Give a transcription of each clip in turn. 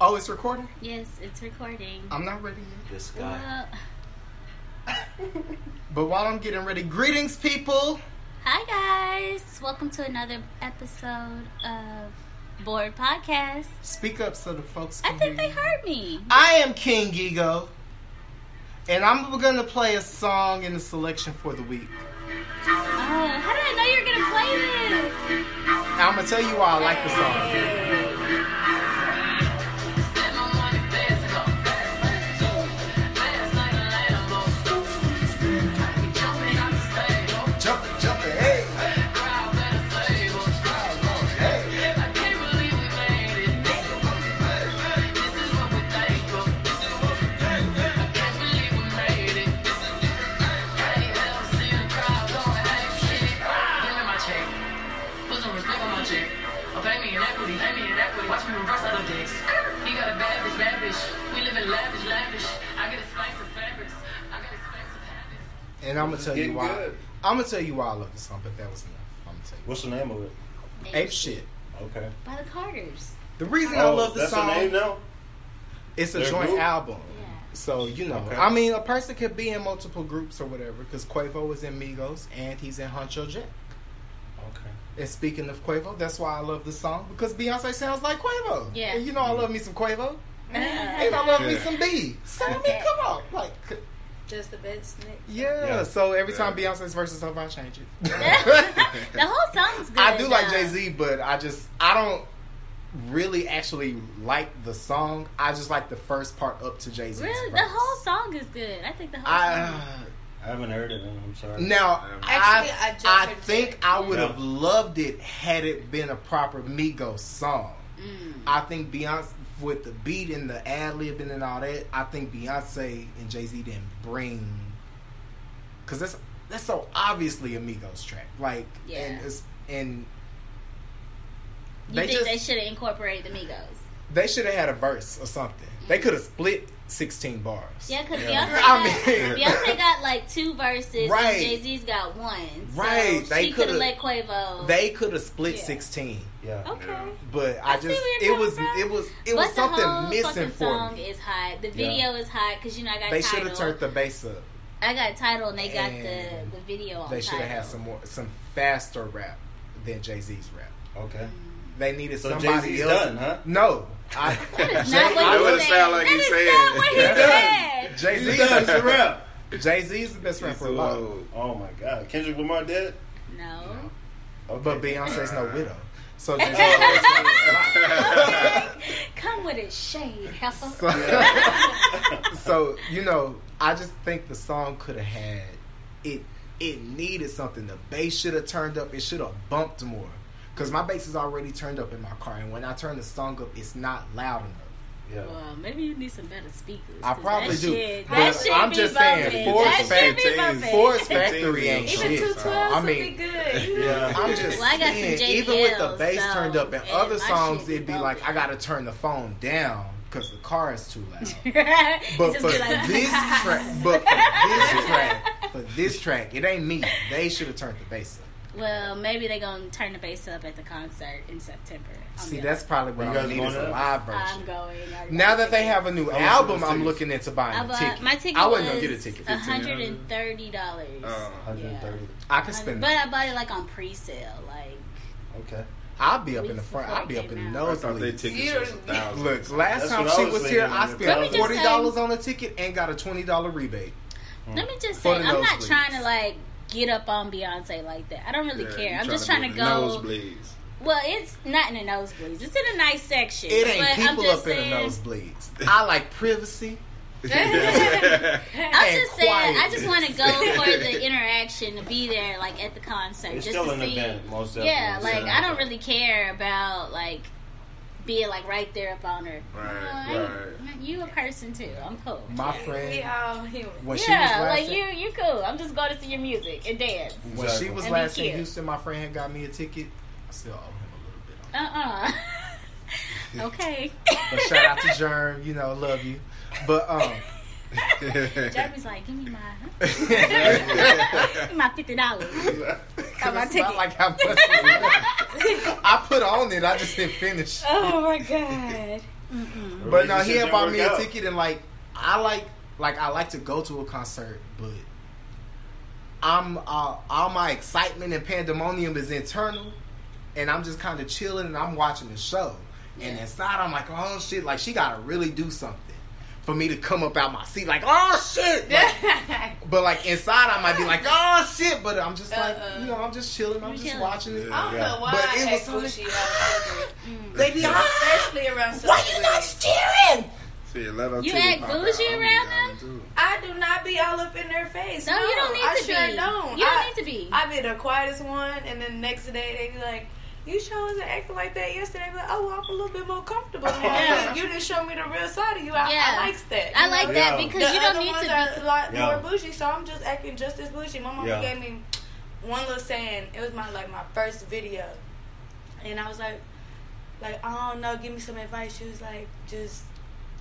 Oh, it's recording? Yes, it's recording. I'm not ready yet. This guy. Well, But while I'm getting ready, greetings, people. hi guys. Welcome to another episode of Board Podcast. Speak up so the folks I can think hear they you. heard me. I am King Ego, and I'm going to play a song in the selection for the week. Uh, how did I know you were gonna play this? And I'm going to tell you why I like the song. Jump, jump, hey. hey. Watch me reverse out of dicks. He got a bad bitch, bad bitch. We live in lavish, lavish. I got expensive fabrics. I got expensive habits. And I'm going to tell you Getting why. good. I'm going to tell you why I love the song, but that was enough. I'm going to tell What's the name of it? you. Ape Shit. Okay. Oh, By the Carters. The reason I love the that's song, the name now. it's a Their joint group? album. Yeah. So you know, Okay. I mean, a person could be in multiple groups or whatever. Because Quavo is in Migos and he's in Huncho Jack. Okay. And speaking of Quavo, that's why I love this song because Beyonce sounds like Quavo. Yeah. And you know, I love me some Quavo. And I love me Yeah. some B. So I mean, come on, like, c- Just the best Nick. yeah. Yeah. So every Yeah. time Beyonce's verses over, I change it. the whole song's good. I do like though. Jay Z, but I just I don't really actually like the song. I just like the first part up to Jay Z. Really, the whole song is good. I think the whole song. I. uh, I haven't heard it. Man. I'm sorry. Now, I Actually, I, I just I, heard think Jay. I would Yeah. have loved it had it been a proper Migos song. Mm. I think Beyonce, with the beat and the ad lib and all that, I think Beyonce and Jay Z didn't bring. Because that's, that's so obviously a Migos track. Like, Yeah. and, it's, and You they think they just- should have incorporated the Migos? they should have had a verse or something. They could have split 16 bars. Yeah, because Yeah. Beyonce, I got- mean- Beyonce got like two verses, Right. and Jay Z's got one. So Right, they she could coulda- have let Quavo. They could have split Yeah. 16. Yeah. okay. Yeah. But I, I see just where you're it was, coming from. it was it but was something the whole missing fucking for song me. is hot. The video is hot because you know I got They should title. have turned the bass up. I got title and they got And the the video on. They should have had Tidal. some more some faster rap than Jay Z's rap. Okay. They needed So somebody Jay-Z's else. done, huh? No, I, That is Jay- not what he I wouldn't said. sound like That he is said. not what he Yeah. said. Jay He's Z done. It's a wrap. Jay Z's the best rapper alive, Whoa. Oh my God. Kendrick Lamar dead. No. Okay. but Beyonce's no widow. So Jay Z is Come with it, shade. help. So, so, you know, I just think the song could have had it. It needed something. The bass should have turned up. It should have bumped more. Cause my bass is already turned up in my car, and when I turn the song up, it's not loud enough. Yeah. Well, maybe you need some better speakers. I 'cause probably that do, Shit, but that shit I'm be just bumping. saying, That Forrest shit be Fenton- bumping. Forest Continue. Factory ain't Even shit. two so, twelves I mean, good. Yeah. I'm just Well, I got some saying, even with the JBLs, bass so, turned up in and other my shit songs, be it'd be like bumping. I gotta turn the phone down because the car is too loud. But Just for be like, this track, but for this track, for this track, it ain't me. They should have turned the bass up. Well, maybe they're gonna turn the bass up at the concert in September. I'm See, going. that's probably what You I guys need is going a to- live version. Oh, I'm going. I'm Now going. that they have a new much are album, those I'm tickets? looking into buying I a ticket. bought my ticket. I wasn't was uh-huh. gonna get a ticket. Oh, One hundred and thirty dollars. Uh, 130. I could spend. But I bought it like on pre-sale. Like Okay. I'll be up in the Weeks front. before I'll be it up in the came I thought they nosebleeds. tickets was a Look, thousand. Look, last That's time what I she was was thinking here, I when it was spent out. forty dollars on a ticket and got a twenty dollar rebate. Let me just say, For the I'm not nosebleeds. trying to like get up on Beyonce like that. I don't really Yeah, you care. I'm just trying to, be go. Nosebleeds. Well, it's not in the nosebleeds. It's in a nice section. It ain't but I'm people just up saying, in the nosebleeds. I like privacy. I'm and just saying, I quiet. just want to go for the interaction to be there, like at the concert, It's just still to an see. event, most definitely. Yeah, It's like an I don't event. really care about like being like right there up on her. Right, No, I- right. You a person too? I'm cool. My We friend, all human. when she was yeah, last like you, you cool. I'm just going to see your music and dance. in, when she Exactly. was And be last in cute. Houston, my friend had got me a ticket. I still owe him a little bit. on Uh uh okay. it. But shout out to Germ, you know, love you. But um, Jeremy's like, give me my, it's give me my fifty dollars. Got my ticket. not like I, put, I put on it. I just didn't finish. Oh my god. Mm-mm. But no, he Relationship had bought didn't me work a out. ticket, and like I like like I like to go to a concert, but I'm uh, all my excitement and pandemonium is internal, and I'm just kind of chilling and I'm watching the show. And Yeah. inside, I'm like, oh shit! Like she gotta really do something for me to come up out my seat. Like oh shit! Like, but like inside, I might be like oh shit! But I'm just like Uh-uh. you know, I'm just chilling. I'm You're just chilling. watching it. Yeah. I don't know why But I it act was Gucci about They be ah, especially around why you not celebrities. steering? See, Leto You titty act pop out. bougie I'm around down them? too. I do not be all up in their face. No, you don't need I to sure be. Don't. You don't I, need to be. I be the quietest one, and then the next day they be like, "You sure wasn't acting like that yesterday." But oh, well, I'm a little bit more comfortable now. Yeah. You didn't show me the real side of you. I, Yeah. I likes that. I you like know? that Yeah. because The you don't other need ones to are a lot Yeah. more bougie, so I'm just acting just as bougie. My mama Yeah. gave me one little saying. It was my like my first video, and I was like, like I don't know, give me some advice. She was like, just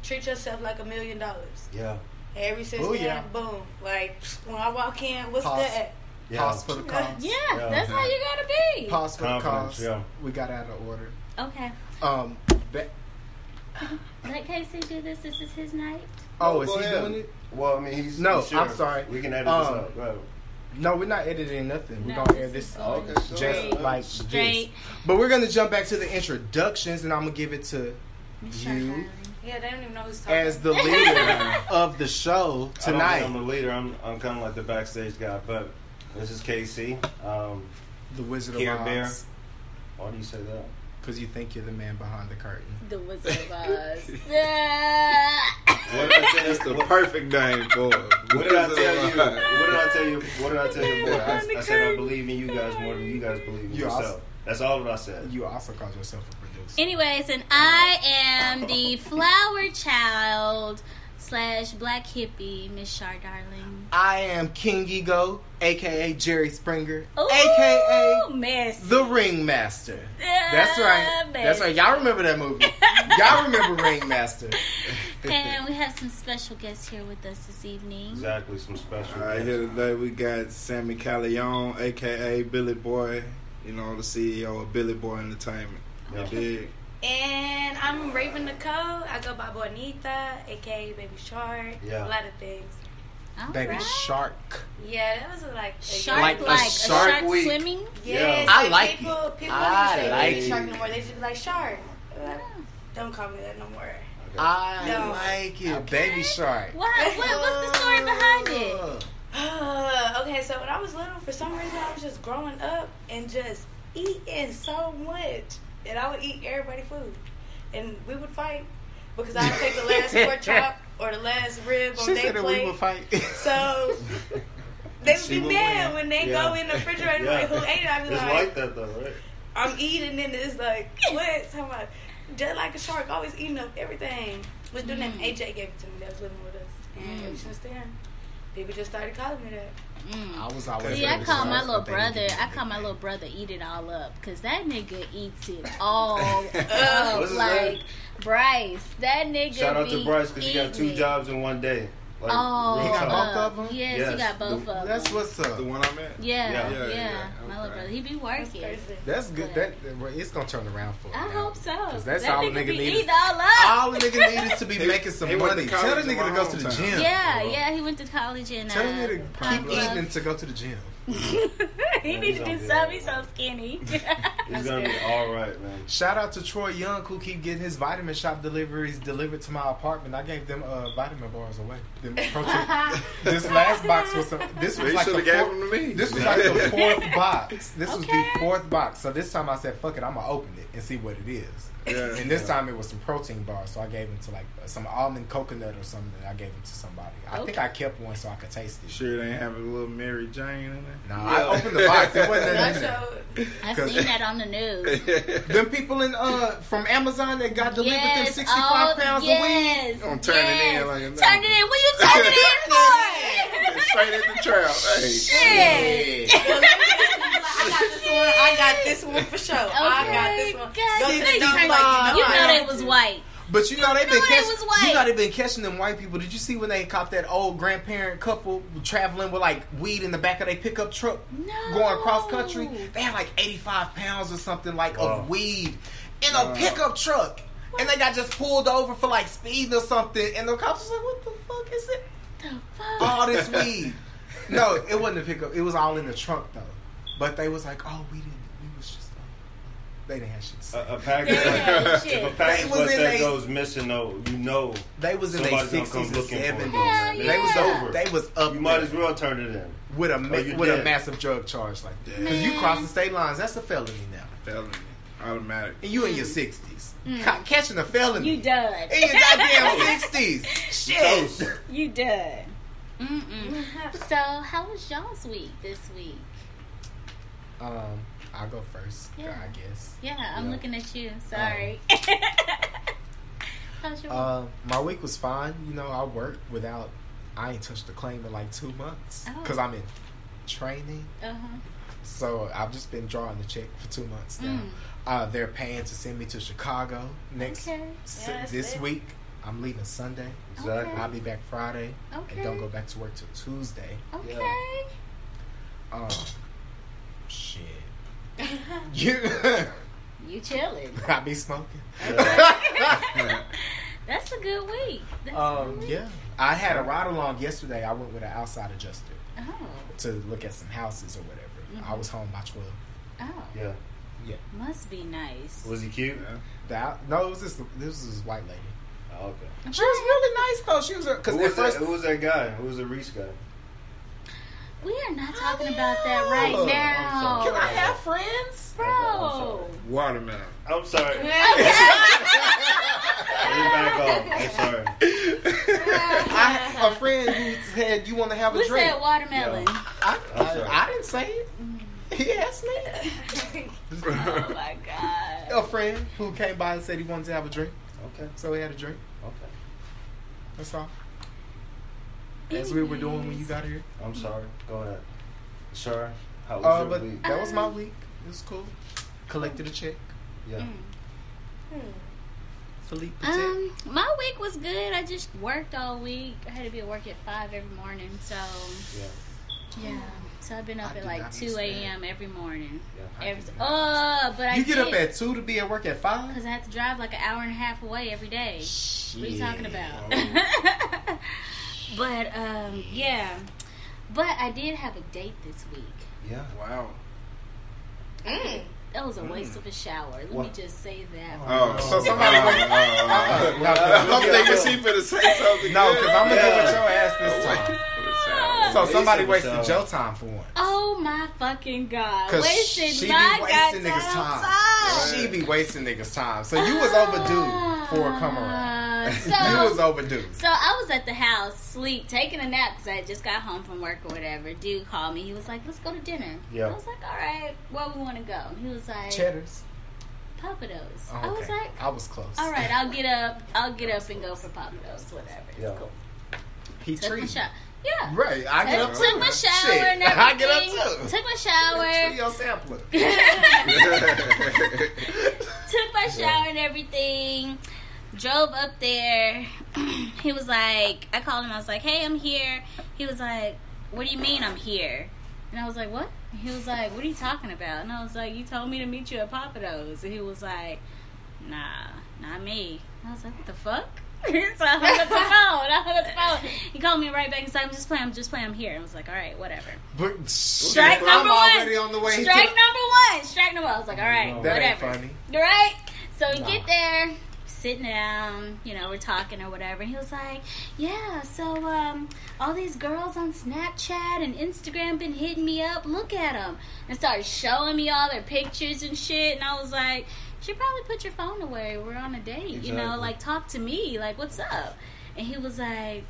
treat yourself like a million dollars. Yeah. Every since Oh, then, yeah. boom. Like when I walk in, what's Pause. that? Yeah. Pause for the cause. be. Yeah, Yeah. that's how you gotta be. Pause for the Confidence, cause. yeah. We got out of order. Okay. Um, ba- Let Casey do this. This is his night. oh, is Go he ahead. doing it? Well, I mean, he's No, he's sure. I'm sorry. We can edit Um, this up. Right. No, we're not editing nothing. We're No, gonna air this is this. good. out Okay, just straight, like Straight. this. But we're gonna jump back to the introductions, and I'm gonna give it to you Yeah, they don't even know who's talking. as the leader of the show I don't think tonight. I'm the leader. I'm I'm kind of like the backstage guy, but this is KC. Um, The Wizard Care of Bear. Oz, Why do you say that? because you think you're the man behind the curtain. The Wizard of Oz. Yeah. What did I tell That's the you? What, perfect name for it. what did I tell you? Wizard of Oz. What did I tell you? What did I tell you? Boy, I, I said I believe in you guys more than you guys believe in You yourself. also- That's all that I said. You also called yourself a producer. Anyways, and I am the flower child slash black hippie, Miss Shar Darling. I am King Ego, aka Jerry Springer, Ooh, aka messy. The Ringmaster. That's right. Yeah, That's right. Y'all remember that movie? Y'all remember Ringmaster? And we have some special guests here with us this evening. Exactly. Some special. All right, here today we got Sammy Callion, aka Billy Boy. You know, the CEO of Billy Boy Entertainment. You Yeah. dig? And I'm Raven Nicole. I go by Bonita, aka Baby Shark. Yeah. A lot of things. All Baby right. Shark. Yeah, that was like a Shark Like like, a a shark shark, week. swimming. Yes, Yeah. I but like people, it. People I don't say like Baby Shark it. no more. They just be like Shark. Like, don't call me that no more. I No. like it, baby shark. What, what? What's the story behind it? okay, so when I was little, for some reason, I was just growing up and just eating so much, and I would eat everybody food, and we would fight because I would take the last pork chop or the last rib on She their said that we plate. would fight. So they would She be would mad win. when they Yeah. go in the refrigerator Yeah. like, "Who ate it?" I'd be It's like, like that though, right? "I'm eating," and it's like, "What?" Talking about just like a shark, always eating up everything. What's the name? Mm. AJ gave it to me. That was living with us, and Mm. ever since then, people just started calling me that. Mm. I was always. See, I baby call shark, my little but they didn't brother. give me I call my nickname. little brother eat it all up because that nigga eats it all up. What's his Like name? Bryce, that nigga. Shout out be to Bryce because he got eating two it. jobs in one day. Like, Oh, real He got talk. both of them? Yes, he Yes. got both The- of them. That's what's up. The one I'm at? Yeah, yeah, Yeah. Yeah, yeah, My okay. little brother, he be That's working. crazy. That's good. That, that- well, it's gonna turn around for. I him. hope so. 'Cause That's that all nigga, nigga be needs. eating all up. All the nigga needed to be He- making some he went to money. Tell the college in nigga to my go to the hometown. gym. Yeah, Well, yeah, he went to college and Tell the uh, nigga to Pop keep eating Love. and to go to the gym. he need to Yeah, do he's something. He's all so skinny. He's gonna be all right, man. Shout out to Troy Young who keep getting his vitamin shop deliveries delivered to my apartment. I gave them uh, vitamin bars away. Them protein. this last box was some, this Well, was you like should the have gave fourth, them to me. this was like the fourth box. This was the Okay. fourth box. So this time I said, "Fuck it, I'm gonna open it and see what it is." Yeah. And this time it was some protein bars, so I gave them to like some almond coconut or something. I gave them to somebody. I think Okay. I kept one so I could taste it. You sure they ain't have a little Mary Jane in No, I opened the box. It wasn't nothing in That there. show, I've 'Cause- seen that on the news. there? Them people in uh from Amazon that got delivered them yes, Oh, 65 all- pounds a week. yes, Don't turn it in yes. like a Turn it in. What you turn it in for? Straight at the trap. Hey. Shit. I got this one. I got this one for sure. I got this one. Okay, Go to the good. dump like God. you You know. know I they am. was white. But you know they've been know they was catching. white. You know they've been catching them white people. Did you see when they caught that old grandparent couple traveling with like weed in the back of their pickup truck, No. going cross country? They had like eighty five pounds or something like Wow. of weed in Wow. a pickup truck. and they got just pulled over for like speeding or something, and the cops was like, "What the fuck is it? The All fuck? this weed?" no, it wasn't a pickup. It was all in the trunk though. But they was like, "Oh, we didn't. We was just uh, they didn't have shit." To say. A, a package. Yeah, If a shit. package They was like in that a- goes missing, though, you know They was in their Somebody's gonna sixties come and looking for it. seventies. Hell They was yeah. over. They was up you might as there well turn it in. with a ma- Oh, you with a did. massive drug charge like that. Because you Man. cross the state lines, that's a felony now, Felony. Automatic. and you in your sixties Ca- catching a felony. Mm. You done. in your goddamn sixties. Toast. Shit. You done. Mm-mm. So, how was y'all's week this week? Um, I'll go first. Yeah. I guess. Yeah, I'm Yeah. Uh, looking at you. Sorry. How's your week? Uh, my week was fine. You know, I worked without. I ain't touched the claim in like two months Oh. because I'm in training. Uh-huh. So I've just been drawing the check for two months now. Mm. Uh, they're paying to send me to Chicago next Okay. s- Yeah, that's this it. week. I'm leaving Sunday. Exactly. I'll be back Friday Okay. and don't go back to work till Tuesday. Okay. Um, shit. Yeah. You chilling. I be smoking. That's a good week. That's a Um, good week. yeah. I had a ride along yesterday. I went with an outside adjuster Oh. to look at some houses or whatever. I Mm-hmm. was home by twelve. Oh. Yeah. Must be nice. Was he cute? Yeah. The out- no, it was just this was this white lady. Oh, okay. She was really nice though. She was because Who at was, first that, who was that guy? Who was the Reese guy? We are not talking about that right Oh, now. Can I have friends? Bro. Watermelon. I'm sorry. Lean back off. I'm sorry. I a friend who said you want to have a We drink. said watermelon. I, I'm sorry. I, I didn't say it. He asked me. Oh my god. A friend who came by and said he wanted to have a drink, Okay. so we had a drink. Okay. That's all. That's what we were doing when you got here. I'm sorry. Go ahead. Sure. How was Uh, your but week? that was my week. It was cool. Collected a check. Yeah. Mm. Hmm. Philippe. Petit. Um, my week was good. I just worked all week. I had to be at work at five every morning, so Yeah. yeah. So I've been up I at did like not two miss a.m. every morning. Yeah. Every oh, but I you get up did, at two to be at work at five. because I have to drive like an hour and a half away every day. Shit. Oh. What are you talking about? Oh, but um, yeah. But I did have a date this week. Yeah. Wow. Mm. That Hmm. was a waste of a shower. Let What? me just say that. Oh, So somebody- Oh, oh, oh. No, 'cause- I'm thinking she finna say something. No, good. because I'm gonna Yeah. get with your ass this time. Oh, So They somebody said wasted so. your time for one. Oh my fucking god! 'Cause Wasted she be my wasting goddamn niggas' time. time. She be wasting niggas' time. So you was overdue for a come Ah, around. so- you was overdue. So I was at the house, sleep, taking a nap because I had just got home from work or whatever. Dude called me. He was like, "Let's go to dinner." Yeah. I was like, "All right, where we want to go?" He was like, Cheddars. "Papados." Oh, I was okay. like, I was close. "All right, I'll get up. I'll get up and go for papados, whatever." It's Yeah. cool. He Took my treated. shower. Yeah. Right. I get up Took, too. took my shower Shit. and everything. I get up too. Took my Treat shower. your sampler. took my shower and everything. Drove up there. he was like, I called him. I was like, Hey, I'm here. He was like, What do you mean I'm here? And I was like, What? He was like, What are you talking about? And I was like, You told me to meet you at Papados. And he was like, Nah, not me. And I was like, What the fuck? so I hung up the phone. I hung up the phone. He called me right back and said, I'm just playing. I'm just playing. I'm here. And I was like, All right, whatever. But Strike I'm number already one. on the way. Strike to- number one. Strike number one. I was like, All right, That That whatever. ain't funny. Right? So we Nah. get there, sitting down, you know, we're talking or whatever. And he was like, Yeah, so um, all these girls on Snapchat and Instagram been hitting me up. Look at them. And started showing me all their pictures and shit. And I was like, You should probably put your phone away. We're on a date. You know, Exactly. like, talk to me. Like, what's up? And he was like,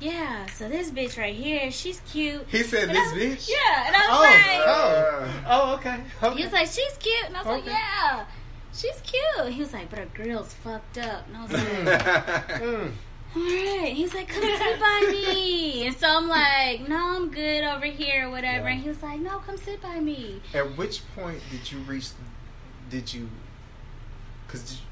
yeah, so this bitch right here, she's cute. He said And this I was- bitch. Yeah, and I was Oh, like, Oh. Oh, okay. he okay. was like, she's cute. And I was like, Okay. yeah, she's cute. He was like, but her grill's fucked up. And I was like, Mm. Mm. all right. He's like, come sit by me. And so I'm like, no, I'm good over here or whatever. Yeah. And he was like, no, come sit by me. At which point did you reach? Did you? Cause did you-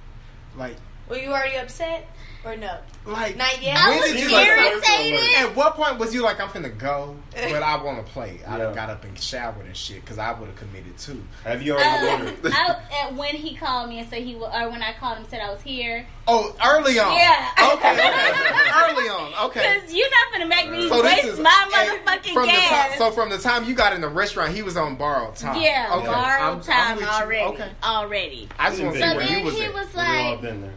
like Were you already upset or no? Like, Not yet. I When was did you like- irritated. at what point was you like, I'm finna go, but I want to play? I Yeah. got up and showered and shit because I would have committed too. Have you already Uh, ordered? I, at when he called me and said he wa- or when I called him said I was here. Oh, early on. Yeah. Okay. okay. early on. Okay. Cause you're not gonna make me So this waste is my and motherfucking from gas. The time, so from the time you got in the restaurant, he was on borrowed time. yeah, Okay. I'm- I'm borrowed time with you. already. Okay. Already. I just want to So see So where then you was he at. was We've all like, been there.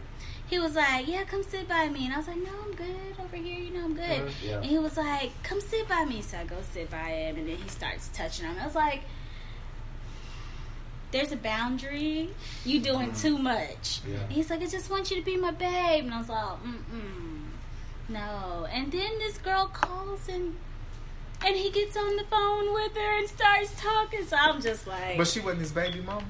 he was like, yeah, come sit by me. And I was like, no, I'm good over here. You know, I'm good. Yeah. And he was like, come sit by me. So I go sit by him. And then he starts touching on me. I was like, there's a boundary. You doing Mm. too much. Yeah. And he's like, I just want you to be my babe. And I was like, mm-mm. No. And then this girl calls and and he gets on the phone with her and starts talking. So I'm just like, But she wasn't his baby mama.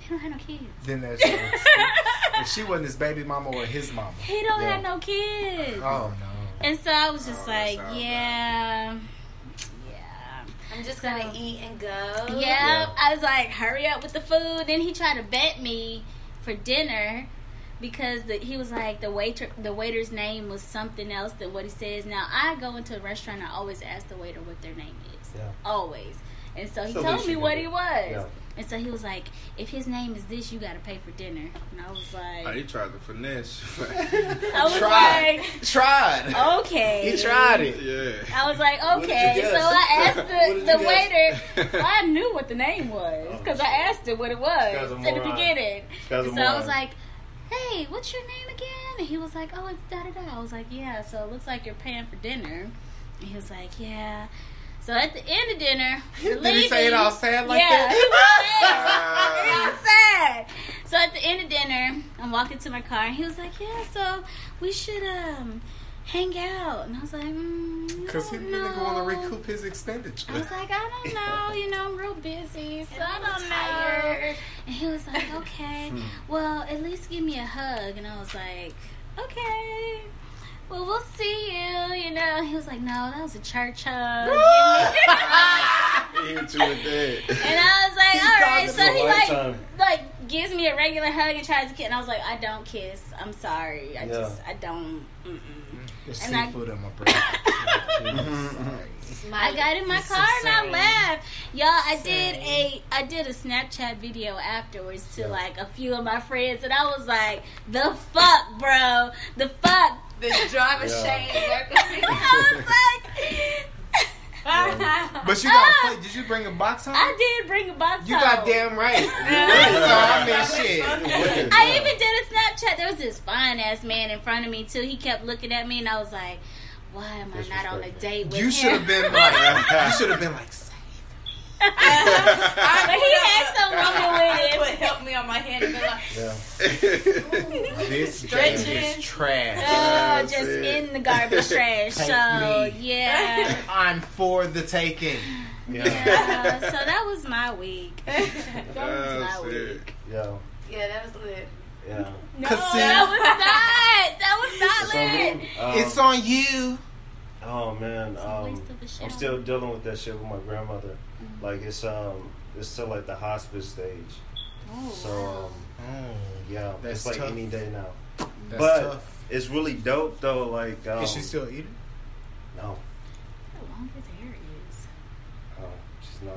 he don't have no kids. Then that's if she wasn't his baby mama or his mama. He don't Yeah. have no kids. Oh no. And so I was just Oh, like, that sounds yeah, yeah, I'm just So- gonna eat and go. yeah. I was like, hurry up with the food. Then he tried to bet me for dinner because the, he was like the waiter. The waiter's name was something else than what he says. Now I go into a restaurant. I always ask the waiter what their name is. Yeah. Always. And so he So told they me should what do he it. was. Yeah. And so he was like, if his name is this, you got to pay for dinner. And I was Oh, he like, tried to finesse. I was Tried. like, Tried. okay. He tried it. yeah. I was like, What did you okay. guess? So I asked What did the, the you waiter. guess? I knew what the name was because I asked it what it was Sky's a in the moron. beginning. Sky's a so I was moron. like, hey, what's your name again? And he was like, oh, it's da da da. I was like, yeah. So it looks like you're paying for dinner. And he was like, yeah. So at the end of dinner, we're Did he say it leaving. all sad like yeah, that? he was sad. Ah. It was sad. So at the end of dinner, I'm walking to my car, and he was like, "Yeah, so we should um hang out." And I was like, mm, Cause he I the don't nigga want to know." recoup his I expenditure. was like, "I don't know. You know, I'm real busy, so I I'm don't know." tired. And he was like, "Okay, Hmm. well, at least give me a hug." And I was like, "Okay." Well, we'll see you, you know. He was like, no, that was a church hug. Give me- He hit you with that. And I was like, He all called right. it So a he like, lifetime. like gives me a regular hug and tries to kiss, and I was like, I don't kiss. I'm sorry. I Yeah. just, I don't. Mm-mm. There's And I- seafood on my bread. I got in my This is car and I insane. left. Y'all, I did a, Insane. I did a Snapchat video afterwards to Yeah. like a few of my friends, and I was like, the fuck, bro, the fuck. This drive of Yeah. I was like. But you got to play. Did you bring a box home? Ah, I did bring a box. You home. goddamn right. so I mean, shit. Yeah. I even did a Snapchat. There was this fine ass man in front of me too. He kept looking at me, and I was like, "Why am I not on a Disrespectful. date with You him?" should have been like. You should have been like. but he had some I woman put with him. help me on my hand and be like, Yeah. This Stretching. game is trash. Oh, Yes, just yeah. in the garbage trash. So Take me. yeah. I'm for the taking. Yeah. yeah. So that was my week. That's my it. week. Yeah. yeah, that was lit. Yeah. No, That was not. That was So, not lit. um, Uh, it's on you. Oh man, It's a um, waste of a Mm-hmm. shower. I'm still dealing with that shit with my grandmother. Like it's um, it's still like the hospice stage. Oh, So wow. um, yeah, That's it's like tough. any day now. That's but tough. it's really dope though. Like um, Is she still eating? no, How long his hair is. uh, she's not.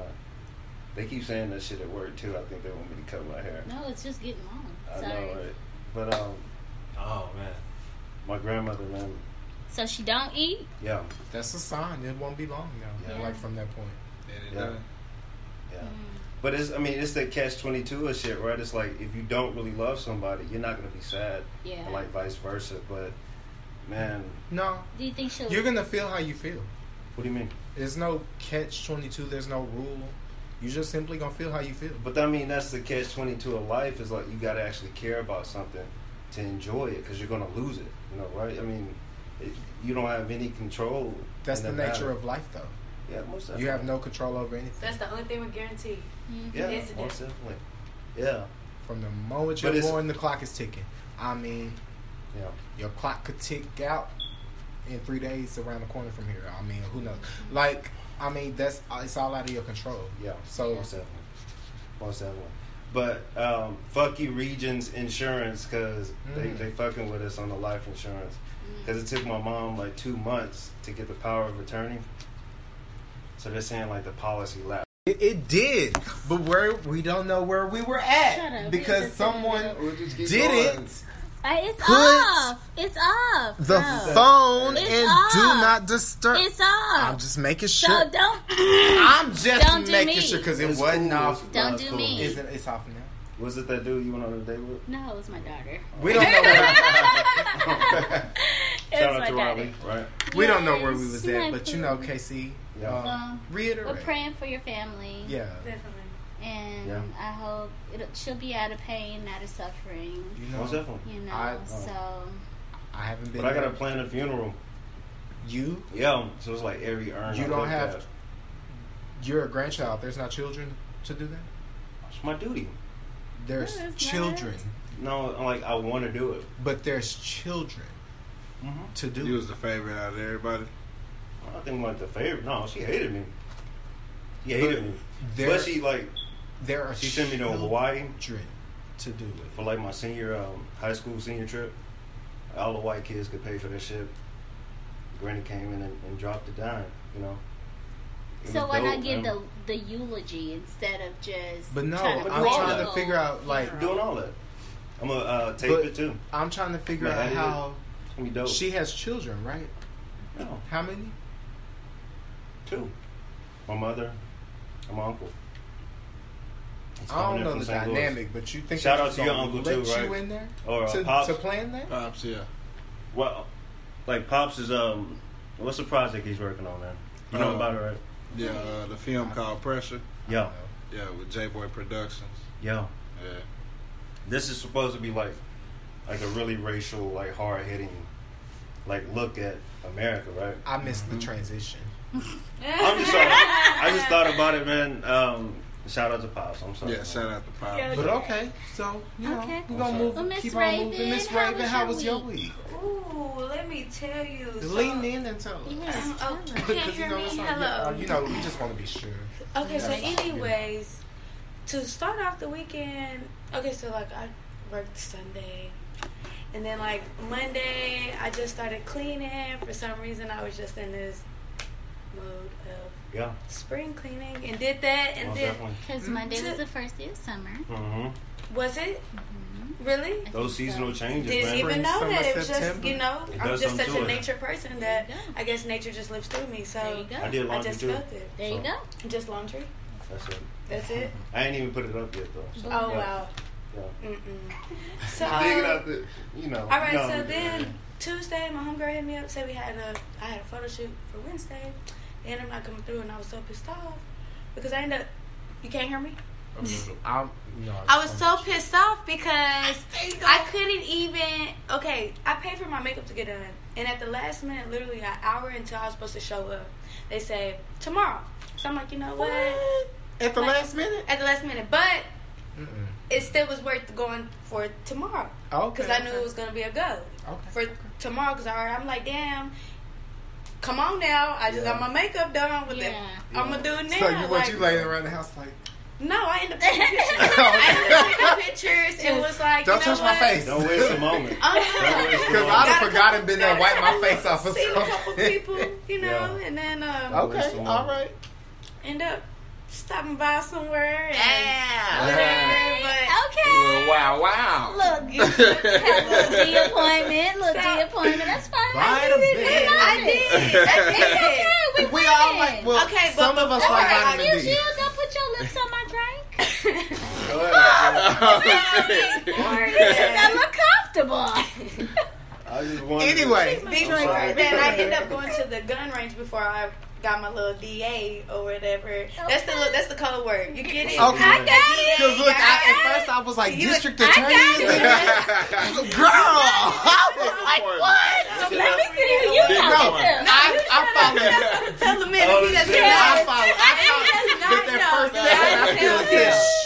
They keep saying that shit at work too. I think they want me to cut my hair. No, it's just getting long. I Sorry. know, right? But um, oh man, my grandmother, man, So she don't eat. yeah, That's a sign. It won't be long now. Yeah. Like from that point. yeah, Mm-hmm. Mm, yeah. But it's, I mean, it's that catch twenty two of shit, right? It's like if you don't really love somebody, you're not gonna be sad, Yeah. and like vice versa. But man, No, Do you think she'll? you're gonna feel how you feel. what do you mean? There's no catch twenty two. There's no rule. You just simply gonna feel how you feel. But I mean, that's the catch twenty two of life. Is like you gotta actually care about something to enjoy it, because you're gonna lose it, you know, right? I mean, it, you don't have any control. That's the in nature matter. of life, though. yeah, most You definitely. have no control over anything That's the only thing we guarantee. Mhm. yeah, incident. most definitely, yeah, from the moment But you're it's- born. The clock is ticking. I mean, yeah. your clock could tick out in three days around the corner from here. I mean, who knows? Like, I mean, that's it's uh, all out of your control. Yeah. So Most definitely. Most definitely. But um, fuck you, Regions Insurance, because they, Mm. they fucking with us on the life insurance. Mm. Because it took my mom like two months to get the power of attorney. So they're saying like the policy lapsed. It, it did, but where we don't know where we were at Shut up, we because just didn't someone We'll just keep did going. it. But Uh, it's Put off. It's off. The bro. phone It's and off. do not disturb. It's off. I'm just making so sure. don't. I'm just Don't do making me. sure because it It's wasn't cool. off. Don't Uh, do cool. me. It's, it's off now. Was it that dude you went on a date with? No, it was my daughter. We don't know. Where, It Shout was out my to daughter. Robbie, right? we don't know where we Yes, was at, my but you boo. know, KC. Yeah. Uh, Um, We're reiterate. praying for your family. Yeah. Definitely. And Yeah. I hope it she'll be out of pain, out of suffering. You Most know, definitely. You know, I- oh. so I haven't been. But I gotta there. plan a funeral. you. Yeah, so it's like every urn. You I don't looked have- at. You're a grandchild. There's not children to do that. It's my duty. There's No, there's not. children, No, I'm like I want to do it. but there's children Mhm. to do. You was the favorite out of everybody. I think like the favorite. No, she hated me. She hated me. There, but she like there are she sent me to children Hawaii to do it. for like my senior um, high school senior trip. All the white kids could pay for that shit. Granny came in and, and dropped the dime. You know. It so was why not dope, give man. the the eulogy instead of just But no, trying to I'm play trying the to whole figure out like doing all that? I'm gonna uh, tape But- it too. I'm trying to figure Man, I out did it. how It's gonna be dope. she has children, right? no, How many? two. My mother, and my uncle. He's I coming don't in know from the St. Louis. dynamic, but you think Shout they're out just to your gonna uncle let too, right? You in there Or uh, to, pops. to plan that? Pops, yeah. Well, like pops is um, what's the project he's working on, man? You know Uh, about it, right? Yeah, uh, the film called Pressure. Yeah, Yeah, with J Boy Productions. yeah. Yeah. This is supposed to be like, like a really racial, like hard hitting, like look at America, right? I missed the transition. I'm just sorry. I just thought about it, man. Um, shout out to pops. I'm sorry. Yeah, shout out to Pops. But okay, so you know Okay. we're gonna Okay. move. Well, Miss keep on moving. Raven, Miss how Raven, was how your was your week? week? Ooh, let me tell you. so- Lean in and tell us. Yes, tell Oh. her. Can't hear me? it's not- Hello. uh, you know, we just want to be sure. Okay, so That's all good. anyways, to start off the weekend, okay, so like I worked Sunday, and then like Monday, I just started cleaning. For some reason, I was just in this mode of Yeah, spring cleaning and did that, and most then definitely. Because Monday Mm-hmm. was the first day of summer. hmm was it really? I think Those seasonal so. changes, Didn't man. even Spring, know summer, that it was just September. you know It I'm does just such something a to it. nature person that There you go. I guess nature just lives through me. There you So I go. did I laundry just too. felt it. There you go. Just laundry. That's it. That's it. I ain't even put it up yet though. So, Oh yeah. wow. Yeah. Mm-mm. So, So dig it out the, you know. All right, you know so how we do it. then Tuesday, my homegirl hit me up, said we had a, I had a photo shoot for Wednesday, and I'm not coming through, and I was so pissed off because I ended up, you can't hear me. I'm, no, I was so pissed off because I couldn't even. Okay, I paid for my makeup to get done, and at the last minute, literally an hour until I was supposed to show up, they say tomorrow. So I'm like, you know what? at the like- last minute. At the last minute, but Mm-mm. it still was worth going for tomorrow Okay, because I knew it was gonna be a go. okay. for tomorrow because I'm like, damn, come on now. I just Yeah. got my makeup done with Yeah. it. I'm gonna do it now. So you what like, you laying around the house like? No, I end up taking pictures. I ended up taking pictures and was like, Don't you know touch what? my face. Don't waste the moment. Uh, Um, Don't waste the Because I'd moment. Got have a forgotten couple- been there and wiped my face off or Seen a couple something. people, you know, Yeah. and then um, Oh. Okay, all right. end up stopping by somewhere and whatever. Okay. Wow, wow. Look, you have a D appointment. Little D So- appointment. That's fine. Right I did a it. bit. I did it. That's It's it. okay. We, We all did like it. well, Okay, but some of us before like I vitamin You D. should don't put your lips on my drink. Go ahead. I'm uncomfortable. I just wanted to- Anyway, Big I'm sorry. drinker. Then I end up going to the gun range before I got my little DA or whatever. That's the that's the code word. You get it? Okay. I got it. because look, I, at first I was like district attorney. Girl, I was like, what? So Let me see who you No, talking to. I, I followed. Tell Oh, him if he doesn't shit. I know. followed. I followed. But that first second, I feel like,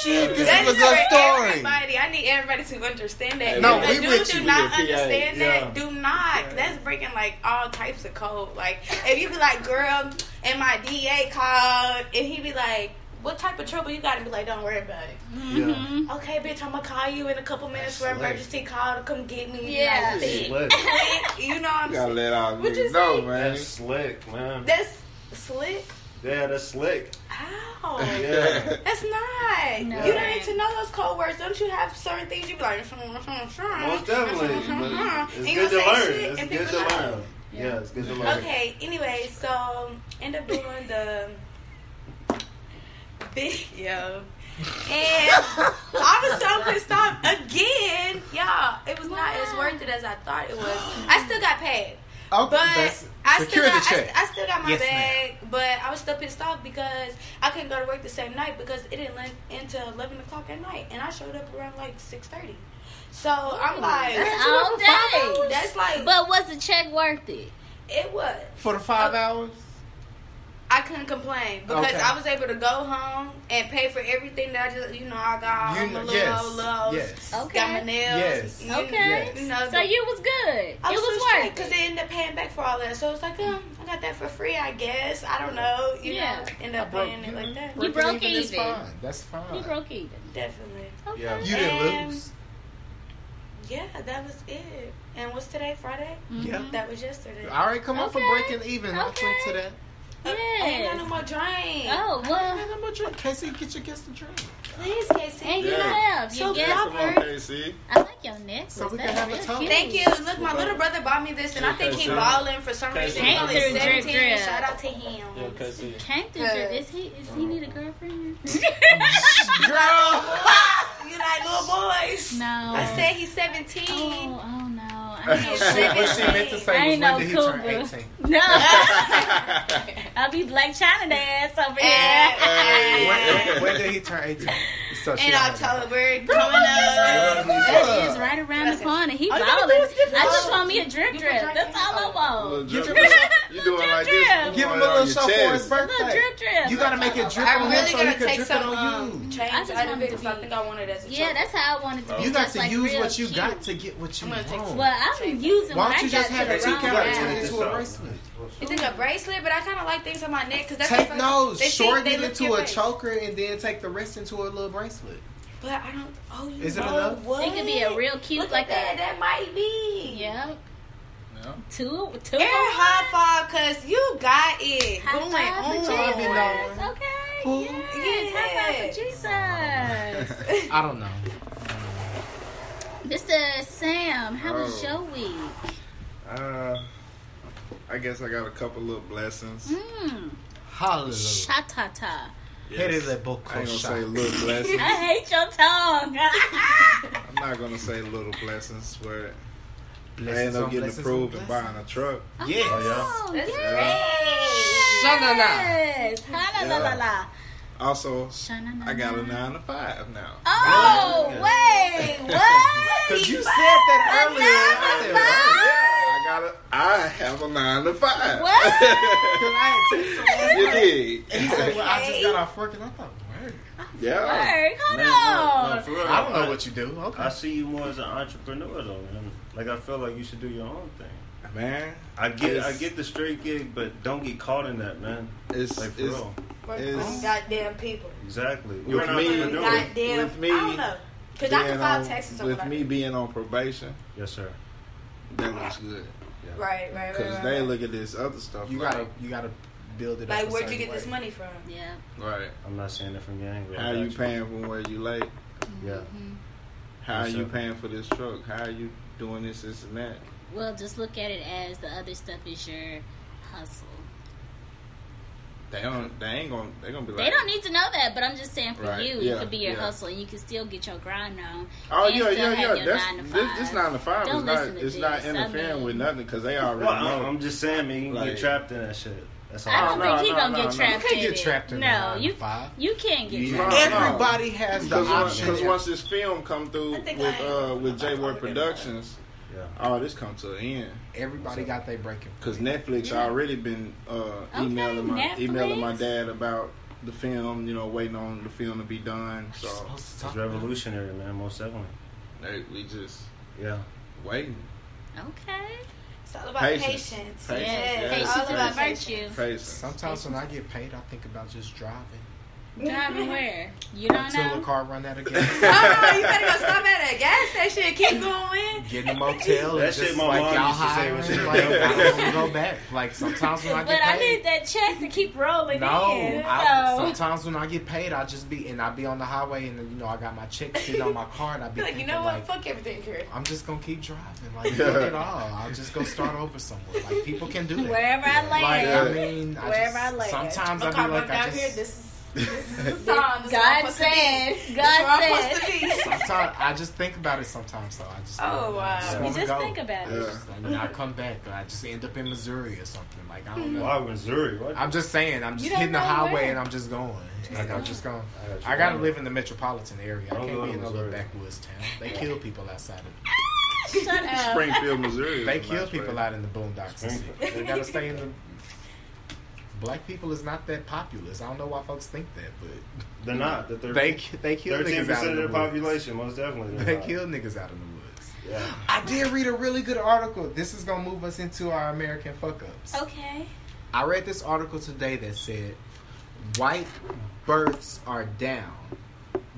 shit, this That's was for a story. everybody. I need everybody to understand that. No, if we a dude with do you. not Yeah, yeah, understand yeah. that, do not. That's breaking like all types of code. Like if you be like, girl, and my DA called, and he be like, What type of trouble you got to be like? Don't worry about it. hmm Okay, bitch, I'm gonna call you in a couple minutes for That's lit. emergency call to come get me. You Yeah. know, That's bitch. slick. Mm-hmm. you know what I'm You gotta saying? let all What you niggas know, say? man. That's slick, man. That's slick. Yeah, that's slick. Oh, Ow. Yeah. That's not. No. You don't need to know those code words. Don't you have certain things you be like, most Most definitely. But it's good to learn. It's good to learn. Yeah, it's good to learn. Okay, anyway, so end up doing the video. And I was so pissed off again. Y'all, it was not as worth it as I thought it was. I still got paid. Oh, But that's- I still, secure got, the I, st- check. I still got my Yes, bag, but I was still pissed off because I couldn't go to work the same night because it didn't end until eleven o'clock at night, and I showed up around like six thirty. So I'm like, That's "Bitch, you all up for five day. hours?" That's like, But was the check worth it? it was. for the five Oh. hours. I couldn't complain because Okay. I was able to go home and pay for everything that I just, you know, I got all You my know, little yes, old loves, yes. got my Okay. nails. Yes. you- Okay. you know, So you was good. I it was worth because it. they end up paying back for all that. So it's like, um, I got that for free, I guess. I don't know. You Yeah. know, end I up broke- paying it like that. You broke That's even. fine. That's fine. You broke even. Definitely. Okay. Yeah. You Um, didn't lose. Yeah, that was it. And what's today? Friday. Yeah. Mhm. That was yesterday. All right, come on for Okay. breaking even. I'll drink to Okay. that. Uh, I ain't got no Yes. more drink. Oh Man, well. I'm gonna drink. Casey, get your guest a drink. Please, Casey. And Yeah. yourself, So you Yeah, Come on, guess. KC. I like your necklace. So we That's can have a real toast. cute. Thank you. Look, my little brother bought me this, and I think he Casey. balling for some reason. He's Casey. only Drip, drip, 17. drip. Shout out to him. Yeah, cause he, Came through. Hey. Is he? Is he need a girlfriend? Girl, You like little boys? no. I said he's 17. Oh, oh no. I She- know. what she meant I to was ain't no when did he turn cougar. 18? No. I'll be Black China ass Eh. over here. When, And when did he turn 18? So she in don't have that. October, coming up. That is right around the corner. He All ballin'. you gotta do I is give him just a- want me a drip drip. That's all I want. Get your- You doing like Drip. this? Give him a going on little your show for his chest. A little birthday. drip drip. You gotta make it drip I'm on him really so he gonna can take drip it some on um, you. change I just out of wanted it because to I be- think I wanted as a Yeah, chocolate. that's how I want it to be. um, You got Just to like use real what you cute. got to get what you I'm gonna want. take some- Well, I'm using Why what don't you I just got have to a the two wrong count guy. and turn it into a bracelet? You think a bracelet, but I kind of like things on my neck because that's Take different. those, They see- shorten they it look into your a face. choker, and then take the rest into a little bracelet. But I don't. Oh, you Is it know enough? What? It could be a real cute Look like at that. that. That might be. Yep. Yeah. Two, two. Air high five, cause you got it High going five for on. I've been Jesus. knowing. Who? Okay. Yes. High five for Jesus. I don't know. Mr. Sam, how was Oh. your week? Uh, I guess I got a couple little blessings. Mmm. Hallelujah. Shatata. Head Yes. is a book I ain't gonna say shot. little blessings. I hate your tongue. I'm not gonna say little blessings, but I Blessings ended up on getting blessings approved on and blessings. buying a truck. Yes. Oh, That's yes. Sha na na. Yes. Ha la la la la. Also, Sha na na I got a na. nine to five now. Oh, wait. What? Because you said that earlier. I said, Another what? I got a. I have a nine to five. What? Because I had texted him last you night. did. He said, well, I just got off work, and I thought, word. yeah. Work. Hold Man, on. no, no, for real, I don't know what you do. Okay. I see you more as an entrepreneur though, man. Like I feel like you should do your own thing. Man, I get, I Yes. get the straight gig, but don't get caught in that, man. it's Like for it's real, Work It's- goddamn people. exactly. With You're an me- entrepreneur. Goddamn. with me I don't know. Cause I can being file on- taxes on with what I me do. being on probation. Yes, sir. That looks good Yeah. Right, right, right. because right, they right. look at this other stuff. You gotta, you gotta build it. up Like, a where'd you certain get this way. money from? Yeah. right. I'm not saying that from your angle. I How got you paying for where you late? Yeah. How Yes, you sir. paying for this truck? How you doing this, this, and that? Well, just look at it as the other stuff is your hustle. They don't. They ain't gonna. They gonna be like. They don't need to know that, but I'm just saying for Right, you, it yeah, could be your yeah. hustle, and you can still get your grind on. Oh and yeah, still yeah, have yeah. your That's nine to this, this five. nine to five Don't is not. listen to It's not this. I interfering mean- with nothing because they already Well, I'm, know. I'm just saying, man. You can Like- get trapped in that shit. That's all. I don't Oh, no, think he no, gonna no, get no. trapped. You can't in get it. trapped in the No, nine you to five. you can get You- trapped. No, no. Everybody has the option. Because once this film come through I think with I am. uh with J Word Productions, Yeah. all this come to an end. Everybody got their breaking. Because Netflix Yeah. already been uh, emailing my Netflix. emailing my dad about the film. You know, waiting on the film to be done. You're So supposed to talk It's about it. revolutionary, man. Most definitely. they, we just Yeah. waiting. Okay. It's all about Patience. Patience, patience. Yes, Yes, yeah. it's patience all is a about virtue. Patience. Sometimes when I get paid, I think about just driving. Driving where? You don't Until the know. car run out of gas. No, no, you better go stop at a gas station and keep going. Get in a motel and That shit just my like mom y'all used to say high. when Like, she was I don't go back. Like sometimes when I But get I paid. need that check to keep rolling no, in. So I, sometimes when I get paid, I just be and I be on the highway and you know I got my check sitting on my car and I be Like, you thinking, know what? like Fuck everything, Kurt. I'm just gonna keep driving like fuck it all. I'll just go start over somewhere. Like people can do that. wherever I Like land, I mean, I Wherever just, I land. sometimes My I car be broke like I down just. here. This is this is the song. This is where I'm God supposed to be. said. This is where God I'm said. supposed to be. Sometimes I just think about it. Sometimes, so I just Oh, wow. I just, uh, You You wanna just go. think about it. Yeah. Like, when I come back, I just end up in Missouri or something. Like I don't know. Why Missouri? What? I'm just saying. I'm just Hmm. don't hitting the know highway where. and I'm just going. Like I'm just going. got you. I gotta live in the metropolitan area. I Don't can't go be to in a little Missouri. backwoods town. They kill people outside of. Shut up. Springfield, Missouri. is They a kill nice people place. out in the boondocks. and Springfield. shit. They gotta stay in the. Black people is not that populous. I don't know why folks think that, but They're not. They're they they kill thirteen niggas out percent in the of their woods. population, most definitely. they're They not. kill niggas out in the woods. Yeah. I did read a really good article. This is gonna move us into our American fuck ups. Okay. I read this article today that said white births are down,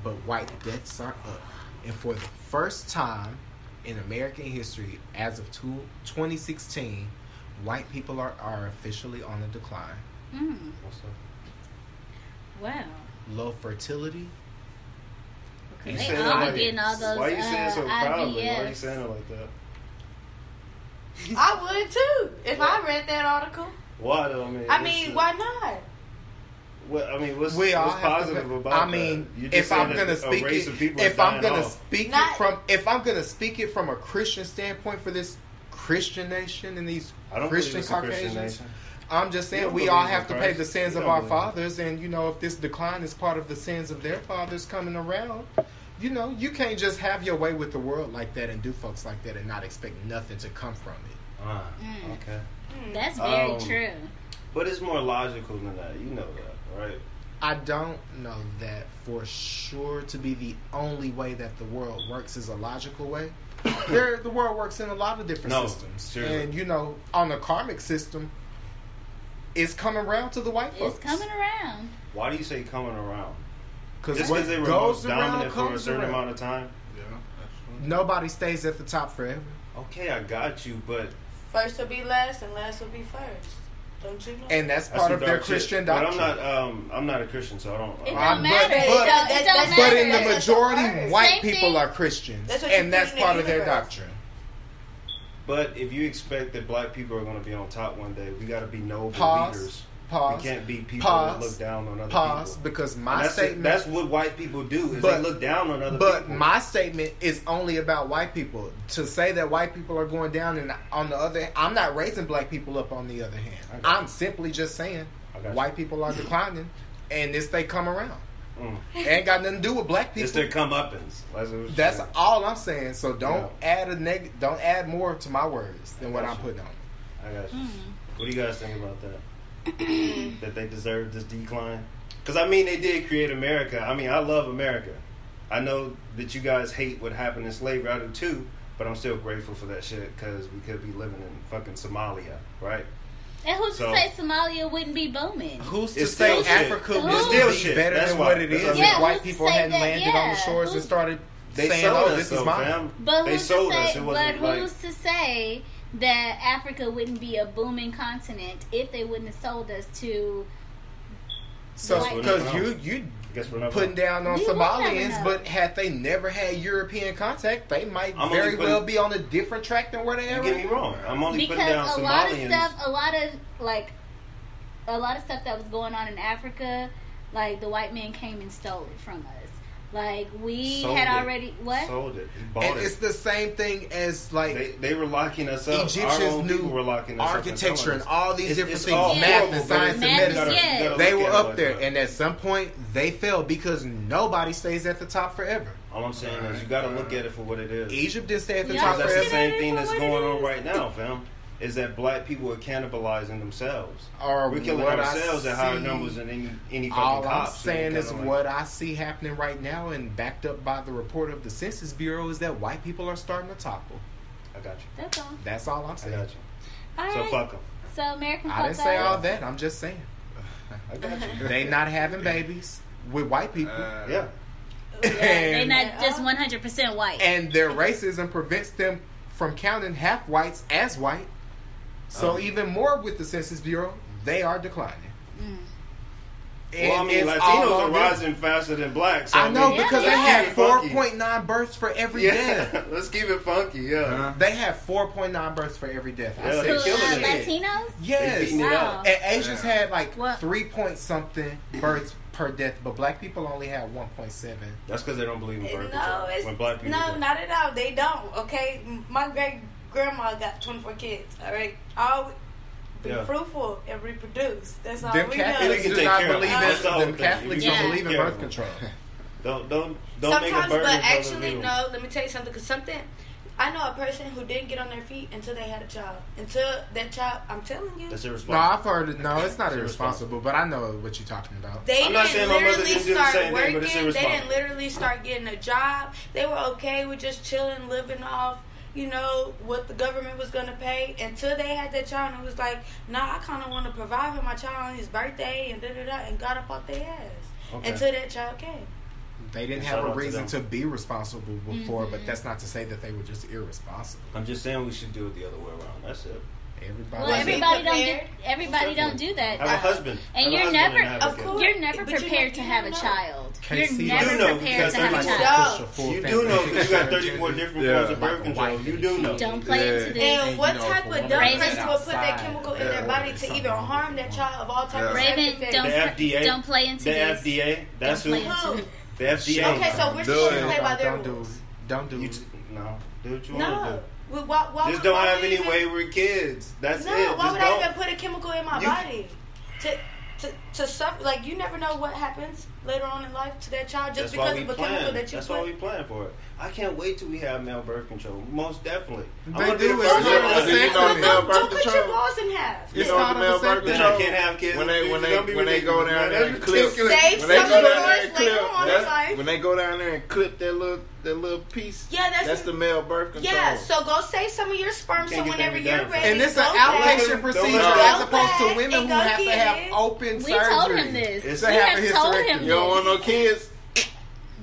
but white deaths are up. And for the first time in American history, as of two, 2016, white people are, are officially on a decline. Mm. What's up? Wow. Low fertility. Okay. You They saying all that be like- getting all those Why you saying uh, so proudly? Why you IVFs. saying it like that? I would too if I read that article. Why though? I mean, I what's mean, the- why not? What, I mean, what's, We all what's have to positive be- about I mean, that? You're if just I'm saying that gonna a speak race it, of people is if I'm dying gonna off. speak Not- it from, if I'm gonna speak it from a Christian standpoint for this Christian nation and these I don't Christian believe it's a Christian Caucasians, nation. I'm just You saying don't we believe all in have to pay Christ. the sins You of don't our believe. fathers, and you know if this decline is part of the sins of their fathers coming around, you know you can't just have your way with the world like that and do folks like that and not expect nothing to come from it. Ah, Mm. okay. That's very Um, true. But it's more logical than that. You know that, right? I don't know that for sure to be the only way that the world works is a logical way. there, the world works in a lot of different No, systems, surely. and you know on the karmic system, it's coming around to the white folks. It's coming around. Why do you say coming around? because Just because they were most dominant for a certain amount of time. Yeah, that's true. Nobody stays at the top forever. Okay, I got you, but First will be last, and last will be first. Don't you know? And that's that's part some of their dark shit. Christian But doctrine. I'm not. Um, I'm not a Christian, so I don't. It Uh, don't but- matter. It but- don't- it don't but in the matter. That's the majority, first. white Same people thing. are Christians, That's what you and that's put in part the of their universe. doctrine. But if you expect that black people are going to be on top one day, we got to be noble Pause. leaders. Pause. We can't be people that Pause. look down on other Pause, people. because And my that's, statement. that's what white people do is But- they look down on other but people. my statement is only about white people. To say that white people are going down, and on the other, I'm not raising black people up. On the other I hand, got you. I'm simply just saying I got you. white people are declining, and this they come around. Mm. Ain't got nothing to do with black people. it's their comeuppance. That's, what it's- That's all I'm saying. So don't add a neg- don't add more to my words than what Gotcha. I'm putting on. I got you. Mm. What do you guys think about that? that they deserve this decline? Because I mean, they did create America. I mean, I love America. I know that you guys hate what happened in slavery. I do too. But I'm still grateful for that shit because we could be living in fucking Somalia, right? And who's So- to say Somalia wouldn't be booming? Who's to It's say still shit. Africa It's would still be shit. better That's than why- what it that's is what I if mean. Yeah, white who's people to say hadn't that? landed on the Yeah. shores and Who's- started They saying, sold "Oh, us, this though, is mine." fam. But they who's sold to say, us. It but wasn't like who's to say that Africa wouldn't be a booming continent if they wouldn't have sold us to? So Right. because you you I guess we're not putting down on We will never Somalians, know. but had they never had European contact, they might I'm only very putting- well be on a different track than where they You are. get me wrong. I'm only putting down Because a lot of Somalians. stuff, a lot of like, a lot of stuff that was going on in Africa, like the white man came and stole it from us. Like we Sold had it. already what? Sold it. He bought And it. it's the same thing as like They, they were locking us up. Our Egyptians own knew people were locking us architecture up and all these different things, all math horrible, and but science and you Math, medicine. yes. you They look were at it up like there, that. and at some point they fell because nobody stays at the top forever. all I'm saying is you got to look at it for what it is. Egypt didn't stay at the Yeah. top Because that's the forever. same Look at it thing that's for what going it on is. right now, fam. Is that black people are cannibalizing themselves? Or We're killing what I ourselves at higher see- numbers than any any fucking All I'm cops. saying It's is kinda what like- I see happening right now, and backed up by the report of the Census Bureau, is that white people are starting to topple. I got That's all. That's all I'm you. I saying. got you. All right. So fuck them. So American. I didn't fuck say up. all that. I'm just saying I got you. they not having babies. with white people, Uh, Yeah. They're and, not just 100% white. and their racism prevents them from counting half whites as white. So Um. even more with the Census Bureau, they are declining. Mm. And Well, I mean, it's all Latinos on are them. rising faster than blacks. so I know mean, because Yeah, they let's had keep it funky. 4.9 births for every death. Yeah, let's keep it funky. Yeah, Huh? They have 4.9 births for every death. I Yeah, said, To, uh, they're killing it. Latinos? They yes. beating it Wow. up. And Asians Yeah. had like What? three point something births per death, but black people only had 1.7. That's because they don't believe in birth control. No, it's when black people no, do. not at all. They don't. Okay, M- my great grandma got twenty four kids. All right, all be Yeah. fruitful and reproduce. That's all Them we Catholics know. can do take not care of it. believe That's in the whole them thing. Catholics You don't can believe in take care birth of control. Don't don't don't make a Sometimes, burden. but for other actually, people. no. Let me tell you something. Cause something, I know a person who didn't get on their feet until they had a child. Until that child, I'm telling you, That's No, irresponsible. I've heard it. No, it's not It's irresponsible, but I know what you're talking about. They I'm didn't not saying my mother literally didn't do the start same working. thing, but it's they didn't irresponsible. literally start getting a job. They were okay with just chilling, living off, you know, what the government was gonna pay until they had that child and it was like, nah, I kinda wanna provide for my child on his birthday and da da da and got up off their ass. Okay. Until that child came. They didn't Shout have a out to reason to them. be responsible before, Mhm. Mm-hmm. but that's not to say that they were just irresponsible. I'm just saying we should do it the other way around. That's it. Everybody, Well, Was it everybody don't do, prepared? everybody don't do that. Have uh, a husband. And Have a you're husband never- and have a of kid. course. You're never But you prepared to don't- you have a don't know. child. You're KC, never You know, prepared because to have a they're like- child. Adults. You do know because you got 34 different Yeah. forms of birth control. You do know. Don't play Yeah. into this. And you what know, type for of women dumb Raven- person would put that outside, chemical in yeah, their body there's to even something wrong harm with that it. child of all types Yeah. of Raven, side don't The effects? FDA. don't play into The this. FDA. That's Don't who. play Who? The FDA. Okay, so Do we're supposed it. to play by their don't do, rules. don't do. You t- no. Do what you want to No. do. Well, Why, why Just would- don't why have would any even- wayward kids. That's No, it. why Just would don't. I even put a chemical in my You- body to, to to suffer? Like you never know what happens later on in life to that child just That's why because we of a plan. chemical that you That's why we put. plan for it. I can't wait till we have male birth control. Most definitely. I'm They gonna do, the it's first not one. a You know Exactly. the male Don't, birth don't cut your control. balls in half. You It's know not the a male birth percentage. Then control. I can't have kids. When they when It's they gonna be when they go ridiculous, down man. there and That's clip, ridiculous. Save when they some go down of yours there and later clip, on in that's- life. when they go down there and clip that little that little piece, Yeah, that's, that's the male birth control. yeah. So go save some of your sperm. You can't So get whenever that you're redone. ready, And it's go an back. outpatient Don't let procedure her- as opposed Go to back women and who go have to get have it. open We surgery. told him this. It's- To we have a have told him hysterectomy. you don't want no kids.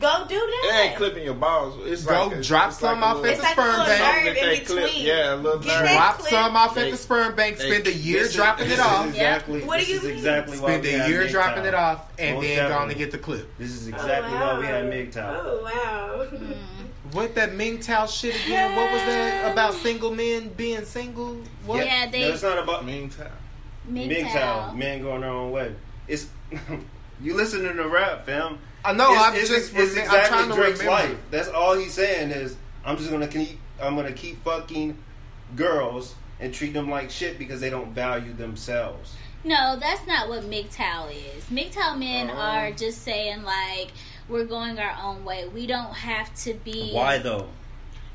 go do It ain't that. clipping your balls. It's Go like a- drop it's like some a off little- at It's the like a sperm little bank. nerve. that they in clip. between. Yeah, a little Get nerve. that- Drop some off at the sperm bank. They- Spend a year This is- dropping this it is off. Exactly. What do this you is mean? exactly why Spend we a have year MGTOW. dropping it off and Most then going to definitely. get the clip. This is Oh, exactly why we had Mm. wow. MGTOW. Oh wow. What that Mingtao shit again? What was that about single men being single? What? Yeah, they No, it's not about Meantime, MGTOW. Men going their own way. It's you listening to rap, fam. I know. it's, I'm it's- just it's remem- exactly I'm trying to Drake's remember. life. That's all he's saying is I'm just gonna keep I'm gonna keep fucking girls and treat them like shit because they don't value themselves. No, that's not what MGTOW is. MGTOW men Oh. are just saying like we're going our own way. We don't have to be though?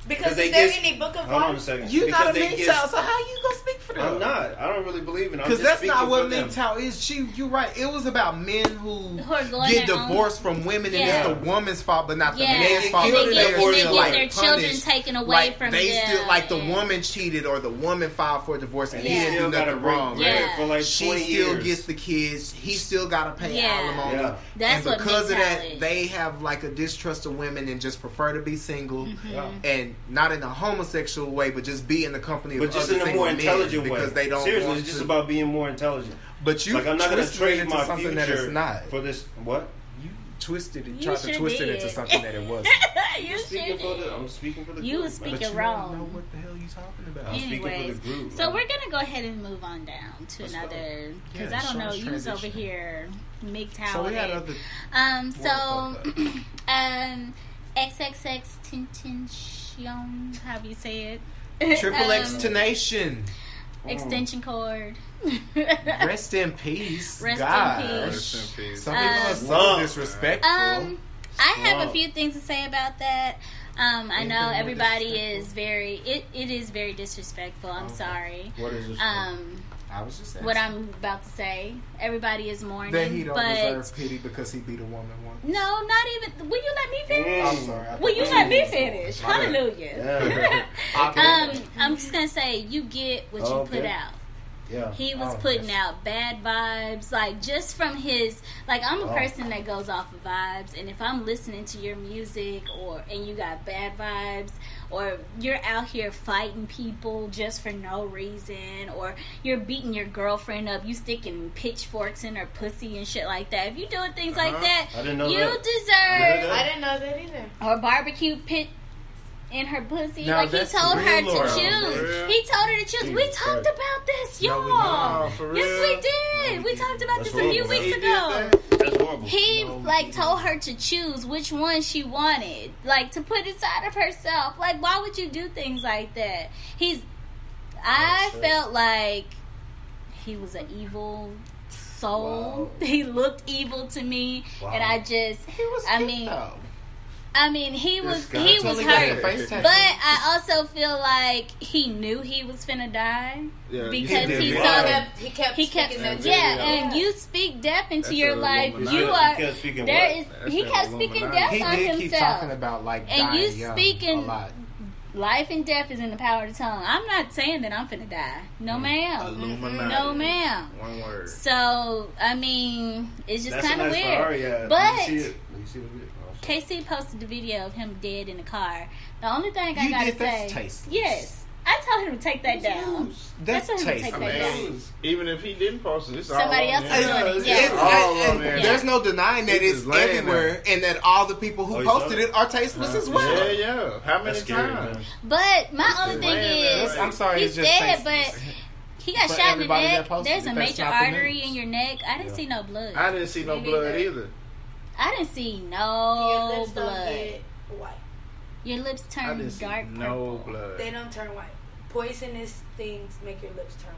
Because they is there get- any book of Hold on a life? second. You Because not a they Mingtao, get- so how you gonna speak for them? I'm not. I don't really believe it. I'm Because just that's speaking not for what them. MGTOW is. She, you're right. It was about men who, Who are going get their own- divorced from women, Yeah. and it's the woman's fault, but not Yeah, the man's they fault. and killed they but it get, they're and for they you. get still, like, their children punished. taken away like, from they them. still like the and- woman cheated or the woman filed for divorce and And he Yeah. he didn't do still got a nothing wrong wrong. Yeah. record for like She 20 still years. gets the kids. He still got to pay Yeah. alimony. Yeah. That's and what because of that, MGTOW is. they have like a distrust of women and just prefer to be single Mm-hmm. Yeah. and not in a homosexual way, but just be in the company of But just other in a single more men intelligent way. because they don't Seriously, want it's just to- about being more intelligent. But you like I'm not gonna twisted it trade into my something future that it's not. for this. What? you twisted it, You tried to sure twist did. it into something that it wasn't. you Speaking for the, should. I'm speaking for the. You group, was man. But You're you wrong. don't know what the hell you talking about. I'm speaking for Anyways, the group. So man. we're gonna go ahead and move on down to Let's go. another because Yeah, I don't know. Sean's You was over transition. here MGTOW. So we had and- other. Um, so, Well, fuck um, XXX Tentacion, how do you say it? Triple X Um, Tenation. extension cord. Rest in peace. Rest in Gosh. peace. rest in peace. Some people are Um, so Wow. disrespectful. um, I have a Wow. few things to say about that. Um, I Anything know more everybody disrespectful? is very it, it is very disrespectful. I'm Okay. sorry. What is this? Um, I was just saying what I'm about to say, everybody is mourning, that he don't but deserve pity because he beat a woman once. no, not even. Will you let me Mm. finish? I'm sorry. I Will you thought- let me finish? My bad. Hallelujah. Yeah. I Um, thought- I'm just gonna say you get what you Okay. put out. Yeah. He was Oh, putting that's- out bad vibes, like just from his like I'm a Oh. person that goes off of vibes and if I'm listening to your music or and you got bad vibes or you're out here fighting people just for no reason or you're beating your girlfriend up, you sticking pitchforks in her pussy and shit like that. If you doing things like Uh-huh. that, I didn't know you that. deserve Yeah. I didn't know that either. or barbecue pit in her pussy. Now like he that's told her real to or- Yeah. choose. He told her to choose. We Jesus talked Christ. about this, No, we y'all. didn't. No, Oh, for yes, real. we did. No, we we didn't. talked about That's this a few horrible. weeks He did ago. that? That's horrible. He No, we like didn't. told her to choose which one she wanted, like to put inside of herself. Like, why would you do things like that? He's. I Oh, shit. felt like he was an evil soul. Wow. He looked evil to me, Wow. and I just. He was I cute, mean, though. I mean, he This was guy. he It's was only got hurt, the but first tattoo. I also feel like he knew he was finna die. Yeah, Because you- he Yeah. saw He Wow. kept, he kept, He kept, speaking yeah, that Yeah. and you speak death into That's your a life. Illuminati. You He are kept speaking there what? is That's he an kept speaking Illuminati. death He on did keep talking himself. about like And you dying young speaking- a lot. Life and death is in the power of the tongue. I'm not saying that I'm finna die. No, Mm. ma'am. Illuminati. No, ma'am. One word. So I mean, it's just That's a kind of nice weird. Ferrari, yeah. But- you see it? You see the video? Oh, shit. KC posted the video of him dead in the car. The only thing I You gotta did- say, that's tasteless. yes, I told him to take that down. That's, That's what he tasteless. I take that down. mean, even if he didn't post it, it's Somebody Oh, all else on him. is doing it, yeah. It's- All and- on and there. There's no denying that It's it's, laying everywhere, and that all the people who Oh, you saw posted that? it are tasteless as well. Yeah, yeah. How many That's scary, times? man. But my It's only the thing land, is, right? I'm sorry, he's it's just dead, tasteless. but he got But shot in the everybody neck. that posted There's it, a that's major not the artery news. in your neck. I didn't Yeah. see no blood. I I, didn't see no Me neither. blood either. didn't see Your no lips blood. don't get white. Your lips I turned didn't see dark no purple. They blood. don't turn white. Poisonous things make your lips turn white.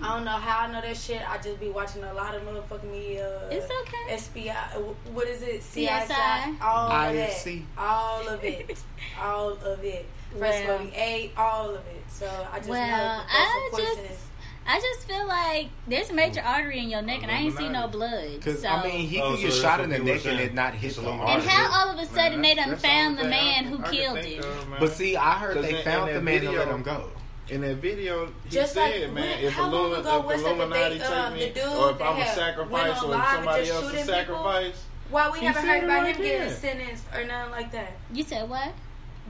Mm. I don't know how I know that shit. I just be watching a lot of motherfucking media. It's okay. SBI. wh- What is it? CSI. All of it. IFC. All of it. all of it. Fresh Well. 48. All of it. So I just Well, know that I that's just- a poisonous. I just feel like there's a major artery in your neck, and I ain't see no Illuminati. blood. Because So. I mean, he Oh, could so get that's shot what in the people neck are and saying. it not hit It's a the little artery. and artery. how all of a sudden Man, they that's- done that's found the all man I who can killed think him. of, man. But see, I heard 'Cause they in- found in the that man and video- let him go. In that video, he Just like, said, man, when- if, how long Illumi- ago if was it that Illuminati they, um, take the me, dude or if that I'm a had went sacrifice, on or if live and somebody just else is shooting people? sacrifice, Why we He haven't said heard it about right him getting there. sentenced or nothing like that? You said what?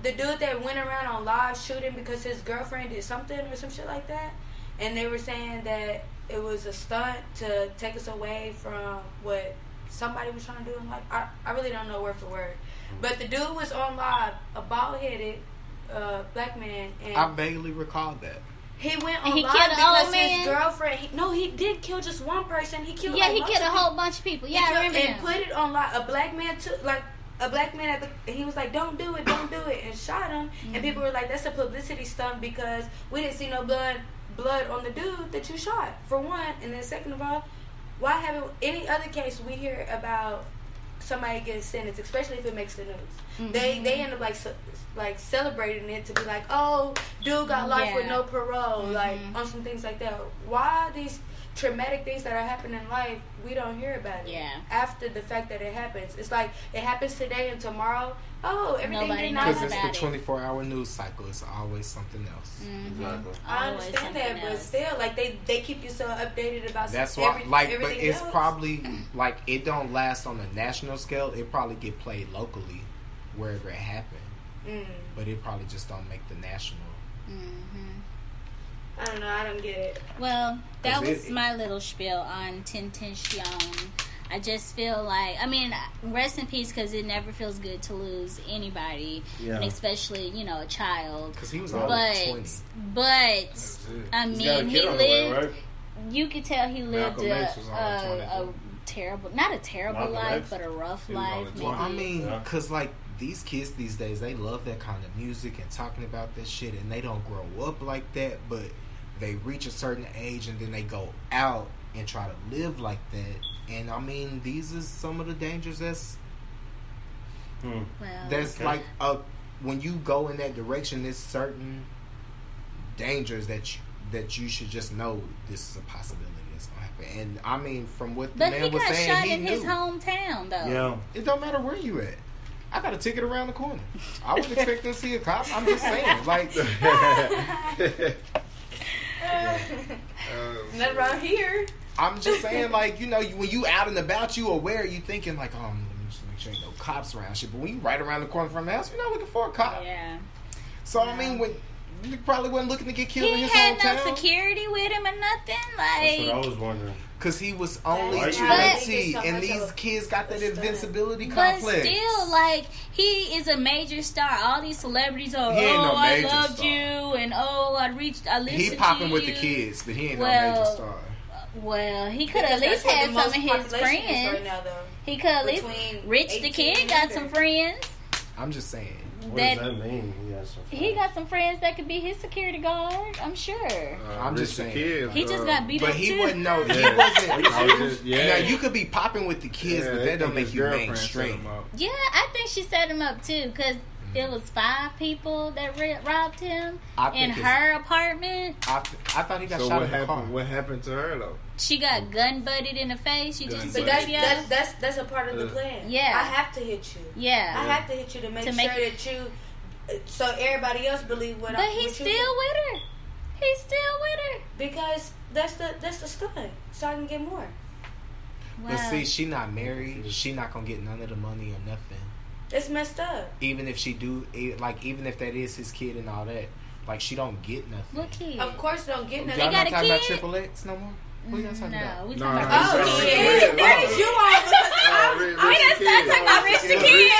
the dude that went around on live shooting because his girlfriend did something or some shit like that, and they were saying that it was a stunt to take us away from what somebody was trying to do in life. I, I really don't know word for word, but the dude was on live, a bald headed uh, black man, and I vaguely recall that. he went And on he live killed an because old his man? girlfriend. He, no, he did kill just one person. He killed yeah, like, he lots killed a of whole bunch of people. he Yeah, I kept- remember and him. put it on like a black man took like a black man at the he was like don't do it don't do it and shot him Mm-hmm. and people were like that's a publicity stunt because we didn't see no blood blood on the dude that you shot for one and then second of all why haven't any other case we hear about somebody getting sentenced especially if it makes the news Mm-hmm. they they end up like ce- like celebrating it to be like oh dude got life with Yeah. no parole like Mhm. on some things like that why these traumatic things that are happening in life we don't hear about it Yeah. after the fact that it happens it's like it happens today and tomorrow oh everything Nobody did not knows Because happen it's about the it. 24 hour news cycle. It's always something else. Mhm. Exactly. I Always understand something that, but else. still, like they they keep you so updated about That's every- why, like, but everything it's else. probably like it don't last on a national scale. It probably get played locally, wherever it happened. Mm, But it probably just don't make the national. Mhm. I don't know. I don't get it. Well, that Cause it- was my little spiel on Tintin I just feel like, I mean, rest in peace because it never feels good to lose anybody, and Yeah. especially, you know, a child. Because he was But- only 20. But, but, I He's got a mean, he kid on the way, lived, right? you could tell he lived Malcolm a, X was a, only a 22. terrible, not a terrible Malcolm life, X? but a rough He was only life. 22. Well, I maybe. mean, Yeah. because like these kids these days, they love that kind of music and talking about this shit, and they don't grow up like that, but they reach a certain age and then they go out and try to live like that. And I mean, these is some of the dangers that's Hmm. well, that's Okay. like a when you go in that direction, there's certain dangers that you, that you should just know this is a possibility that's gonna happen. And I mean, from what the but man he was got saying, shot he in knew. his hometown, though. Yeah. It don't matter where you at. I got a ticket around the corner. I would expect to see a cop. I'm just saying, like, yeah. Uh, Not around here. I'm just saying, like, you know, you, when you out and about, you aware, you thinking, like, um, let me just make sure ain't no cops around shit. But when you right around the corner from the house, you're not looking for a cop. Yeah. So, I mean, when you probably wasn't looking to get killed in He his had hometown. no security with him or nothing. That's what I Like, was wondering. Because he was only Why you 20, gotta think it's so much and of these a- kids got that a stunt? invincibility but complex. still, like, he is a major star. All these celebrities are, He ain't oh, no I major loved star. you, and oh, I reached, I listened he popping to with the you." kids, but he ain't no Well, major star. Well, he could at Because least that's had where some the of most his population is friends. Right now, though. he could at least. Between Rich the 18 kid and got under. some friends. I'm just saying. What That- does that mean? He has some He got some friends that could be his security guard. I'm sure. uh, I'm just saying. He just got beat But up he too. wasn't, no, Yeah. he wasn't. I was just, yeah. Now, you could be popping with the kids, but that don't make you mainstream. Yeah, I think she set him up too, cause it was five people that ri robbed him I in think it's- her apartment. I, th- I thought he got So shot what in the car. happened? What happened to her though? She got gun butted in the face. You Gun didn't see But the that's, video? that's that's that's a part of Uh, the plan. Yeah. I have to hit you. I yeah, have to hit you to make To sure make- that you, uh, so everybody else believe what. but I, he's what still you- with her. He's still with her. because that's the that's the stunt, so I can get more. But Wow. see, she not married. She not gonna get none of the money or nothing. It's messed up. Even if she do, e- like, even if that is his kid and all that, like, she don't get nothing. what kid? Of course, don't get Y'all They nothing. not got a talking about kid? Triple X no more. What y'all talking no, about? we talking Nah, about. he's Oh already dead. shit! Where is you on? Because Uh, I'm- I gotta stop talking about Rich the Kid.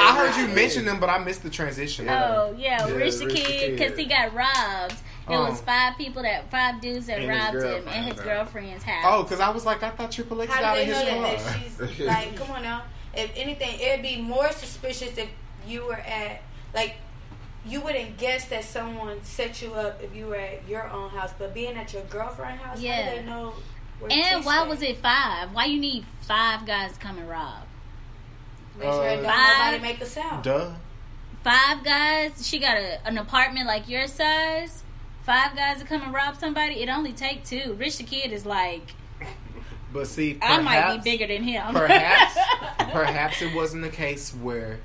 I heard you mention them, but I missed the transition. Oh yeah, Yeah, Rich the Rich the Kid, Kid. because he got robbed. It Oh. was five people that five dudes that And his robbed him girlfriend, and his huh? girlfriend's house. Oh, because I was like, I thought Triple X How got do in they his know that, car. that she's like, come on now? If anything, it'd be more suspicious if you were at like you wouldn't guess that someone set you up if you were at your own house, but being at your girlfriend's house, Yeah. how do they know? Where and she why stayed? was it five? Why you need five guys to come and rob? Make sure Uh, don't Five. nobody make a sound. Duh. Five guys. She got a, an apartment like your size. Five guys to come and rob somebody. It only take two. Rich the Kid is like But see, perhaps, I might be bigger than him. perhaps, perhaps it wasn't a case where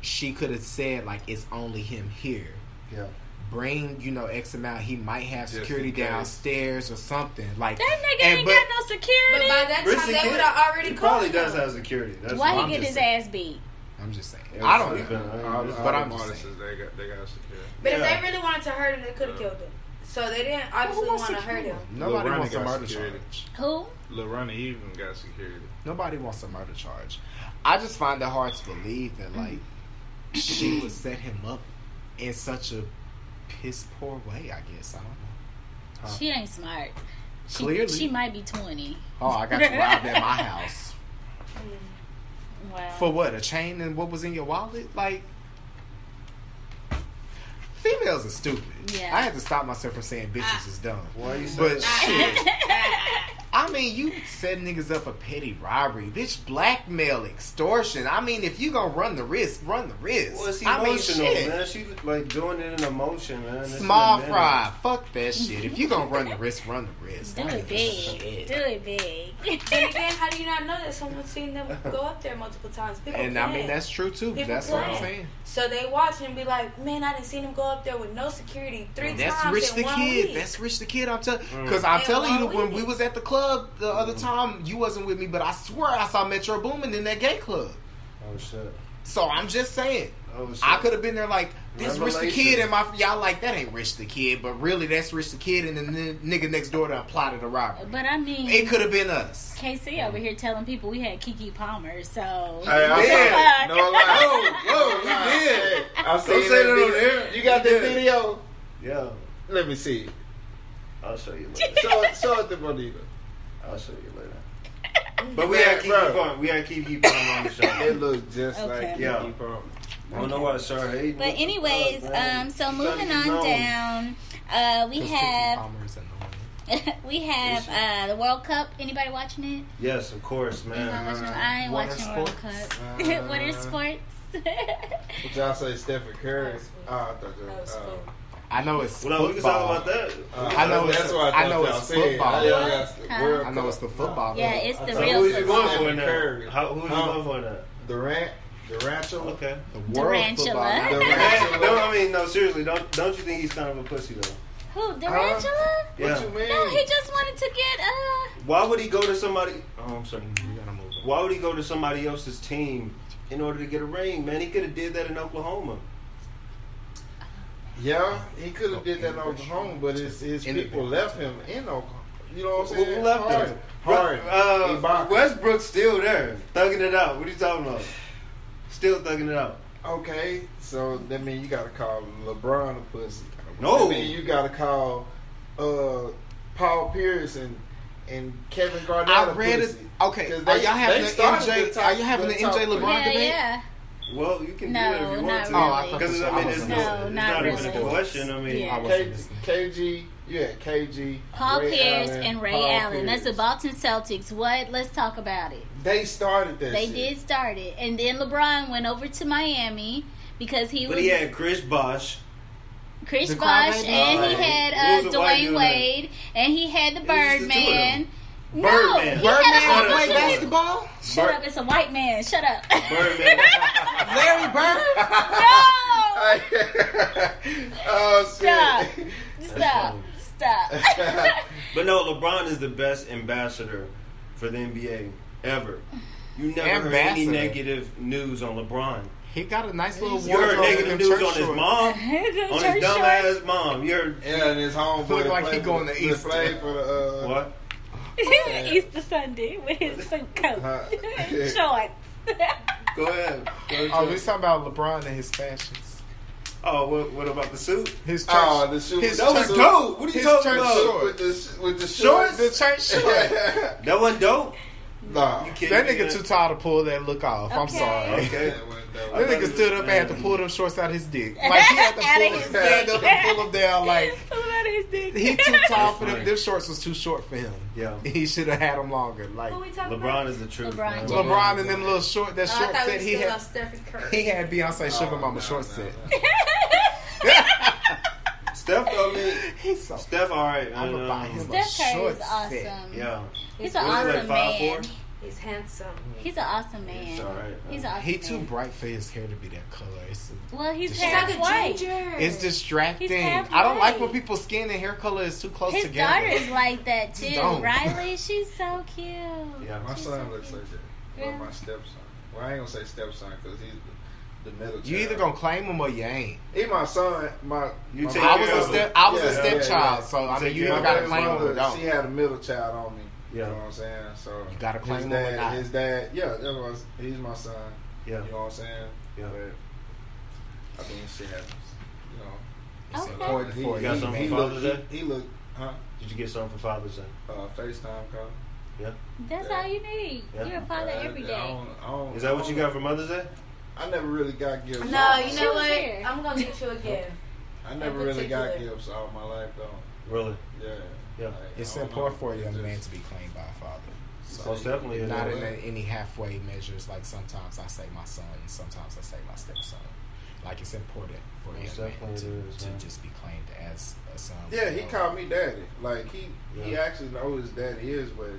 she could have said like, it's only him here. Yeah. Bring you know X amount. He might have Just in security case. downstairs or something like. that nigga And ain't but- got no But security. by that Rich time, the they Kid, would have already He called probably him. does have security. That's why what he I'm get just his saying. ass beat? I'm just saying. It was I don't sleeping. know. I mean, All, this- all But the I'm just artists, they got they got secure. But Yeah. if they really wanted to hurt him, they could have killed him. So they didn't obviously want to hurt him. Nobody Lil wants a Ronnie got murder security. charge. Who? Lil Ronnie even got security. Nobody wants a murder charge. I just find it hard to believe Mm. that like she would set him up in such a piss poor way. I guess I don't know. She ain't smart. She, Clearly. she might be twenty. Oh, I got you robbed at my house Wow. for what? A chain and what was in your wallet? Like females are stupid. Yeah. Ah. I had to stop myself from saying bitches is dumb. Why you say But shit, I mean, you set niggas up for petty robbery, bitch, blackmail, extortion. I mean, if you gonna run the risk, run the risk. Well, it's I mean, emotional, shit. man. She like doing it in emotion, man. It's Small in a minute. fry, fuck that shit. If you gonna run the risk, run the risk. Do I it ain't big. shit. Do it big. Then again, how do you not know that someone's seen them go up there multiple times? People And I plan. mean that's true too. People that's what I'm plan. saying. So they watch and be like, man, I didn't see him go up there with no security three And that's times Rich in the one Kid. week. That's Rich the Kid. I'm telling Mm. because I'm In telling you one when week. we was at the club the other time you wasn't with me, but I swear I saw Metro Boomin in that gay club. Oh shit. So I'm just saying. Oh shit. I could have been there like this Rich the Revelation. Kid and my y'all like that ain't Rich the Kid, but really that's Rich the Kid and the n- nigga next door that plotted the robbery. But I mean, It could have been us. KC over here telling people we had Kiki Palmer, so Hey, I Yeah. saw, no lie. Whoa, we did. I seen Don't say that on video. air. You got this Yeah. video? Yeah, Let me see. I'll show you later. Show, it- show it to Bonita. I'll show you later. But we Man, had Kiki bro. Palmer. We had Kiki Palmer on the It show. looks just Okay. like Yeah. Kiki Palmer. I don't know why Sharhay. But anyways, um, so moving on down, uh, we 'Cause Kiki have Palmer is annoying. we have uh, the World Cup. Anybody watching it? Yes, of course, Anybody man. watching it? I ain't what are watching World sports? Cup. what are Uh, sports? Did y'all say Stephen Curry? Oh, I thought you That was cool. I know it's Well, no, we can football. talk about that. I know Ah, that's it's- what I I, know thought y'all it's said. football. I, know that's the Huh? World I know it's the Cup. football. yeah, league. it's the So So real. who's you Cup. going for Stephen now? Curry. How, who's you Huh? going for now? Durant, Durantula. Okay. the world Tarantula. football. league. Durantula. no, I mean, no, seriously, don't don't you think he's kind of a pussy though? uh, Who? Durantula? Yeah. What you mean? no, he just wanted to get uh. Why would he go to somebody? Oh, I'm sorry. We gotta move on. Why would he go to somebody else's team in order to get a ring? Man, he could have did that in Oklahoma. Yeah, he could have did that in Oklahoma, but his, his In the- people left him in Oklahoma. You know what I'm Who saying? left Harden. him? Harden. Uh, Ibaka. Westbrook's still there, thugging it out. What are you talking about? Still thugging it out. Okay, so that means you gotta call LeBron a pussy. No. that means you gotta call uh, Paul Pierce and and Kevin Garnett I a read it. pussy. Okay, 'Cause are they- y'all having they an started MJ? the top- are you having the an MJ top LeBron three. Yeah, debate? yeah. Well, you can do it if No, not you want to. really. Oh, I thought Because this- I I mean, it's wasn't no, listening. it's No, not, not even a really. question. I mean, Yeah. I wasn't K- listening. KG, yeah, KG, Paul Ray Pierce Allen, and Ray Paul Allen. That's the Pierce. Boston Celtics. What? Let's talk about it. They started that. They shit. did start it, and then LeBron went over to Miami because he but was he had Chris Bosh. Chris The Bosh, crybaby? and he Alright. had uh, Who's the white dude Dwayne in Wade, and he had the was just the two of Birdman. them. No, Birdman. he Birdman had a- play Shut up. basketball? Shut up! It's a white man. Shut up. Birdman. Larry Bird? no, oh Stop. shit! stop, stop. But no, LeBron is the best ambassador for the NBA ever. You never heard any Ambassador. negative news on LeBron. He got a nice little You heard wardrobe. negative and news church on his shorts. mom, on his dumb ass mom. You heard Yeah, and his homeboy Look like he played going for, to he Easter. played for the uh, what? Easter Sunday with his suit coat, Huh. shorts. Go ahead. Go ahead. Oh, we talking about LeBron and his fashions. Oh, what, what about the suit? His church. Oh, the shoes. His That was church- dope. What are you his talking church about? shorts. with the with the Shorts? the church shorts. That wasn't dope. nah. You kidding That me, man? nigga too tired to pull that look off. I'm Okay. sorry. Okay. That nigga stood up and had to pull them shorts out of his dick. Like he had to Outta pull his them, stand up and pull them down. Like Pull him out of his dick. he too tall That's for them. funny. Them shorts was too short for him. Yeah. He should have had them longer. Like Who we talking LeBron about? is the truth. LeBron. man. LeBron and them little short that Oh, I short thought we set was he still on had. Stephen Curry. He had Oh, Beyonce Sugar Mama short set. Steph, I mean, He's so. Steph, all right. I'm man, gonna buy um, him a Steph Curry short is awesome. set. Yeah. He's an What is he, like, awesome 5'4"? man. He's handsome. He's an awesome man. It's all right. He's an awesome He too man. bright for his hair to be that color. It's, Well, he's He's half like a white. ginger. it's distracting. He's half I don't like white. when people's skin and hair color is too close His together. daughter is like that too. Don't. Riley, she's so cute. Yeah. My son looks like that. Well, Yeah. my stepson. Well, I ain't gonna say stepson because he's the, the middle. You child. either gonna claim him or you ain't. He my son. My You my I take mother- was a care of him. step. I was a Yeah, yeah, stepchild, yeah. so I Take mean, you care either of gotta his claim him or mother, don't. She had a middle child on me. Yeah. You know what I'm saying? So You gotta claim his him or dad, not. His dad. Yeah, that was, he's my son. Yeah. You know what I'm saying? Yeah. But I mean, shit happens. You know. It's Okay. important for You you, got something man. for Father's looked, Day? he, he looked, huh? Did you get something for Father's Day? Uh, FaceTime call. That's all you need. Yeah. You're a father Uh, every I day. don't, I don't, Is that what you I don't- got for Mother's Day? I never really got gifts. No, all- you She know was what? here. I'm gonna get you a gift. I never in really got particular. gifts all my life though. Really? Yeah. Yeah. Like, It's I don't important know. for a young It's man just- to be claimed by a father. So Most definitely. is not that in right? a- any halfway measures. Like sometimes I say my son, sometimes I say my stepson. Like it's important for a Most young man definitely it to, is, to man. just be claimed as a son. Yeah, you he know? called me daddy. Like he, he Yeah. actually knows his daddy is, but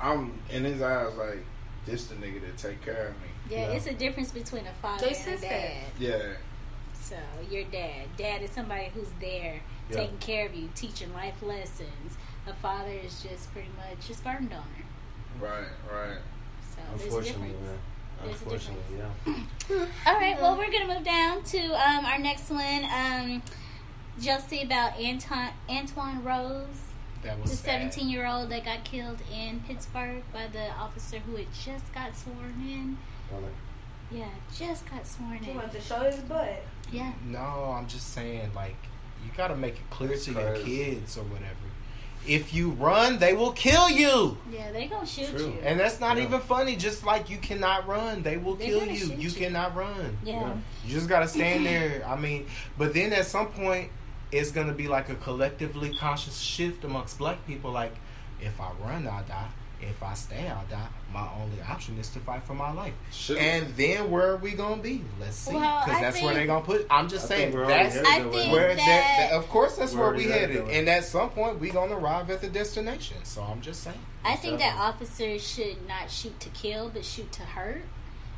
I'm in his eyes like this the nigga that take care of me. Yeah, Yeah. it's a difference between a father They and says a that. dad. Yeah. So your dad, dad is somebody who's there Yeah. taking care of you, teaching life lessons. A father is just pretty much your sperm donor. Right. Right. So there's a Unfortunately, difference. man. There's a Unfortunately, yeah. All right, well, we're going to move down to um, our next one. Um, Josie about Anton, Antoine Rose, That the was sad. 17 year old that got killed in Pittsburgh by the officer who had just got sworn in. Really. Yeah, just got sworn He in. wants to show his butt. Yeah. No, I'm just saying like you gotta make it clear That's to your crazy. kids or whatever. If you run, they will kill you. Yeah, they gonna shoot True. you. And that's not Yeah. even funny. Just like you cannot run, they will They're kill gonna you. shoot You you. cannot run. yeah. You just gotta stand there. I mean, but then at some point, it's gonna be like a collectively conscious shift amongst black people. Like, if I run, I die. If I stay, I die. My only option is to fight for my life. Shoot. And then where are we gonna be? Let's see, Well, because I that's where think- they're gonna put. I'm just I saying think we're already that's headed I that think- way. where that, that- that- of course that's We're where we already headed headed that way. and at some point we gonna arrive at the destination so i'm just saying I think that officers should not shoot to kill, but shoot to hurt,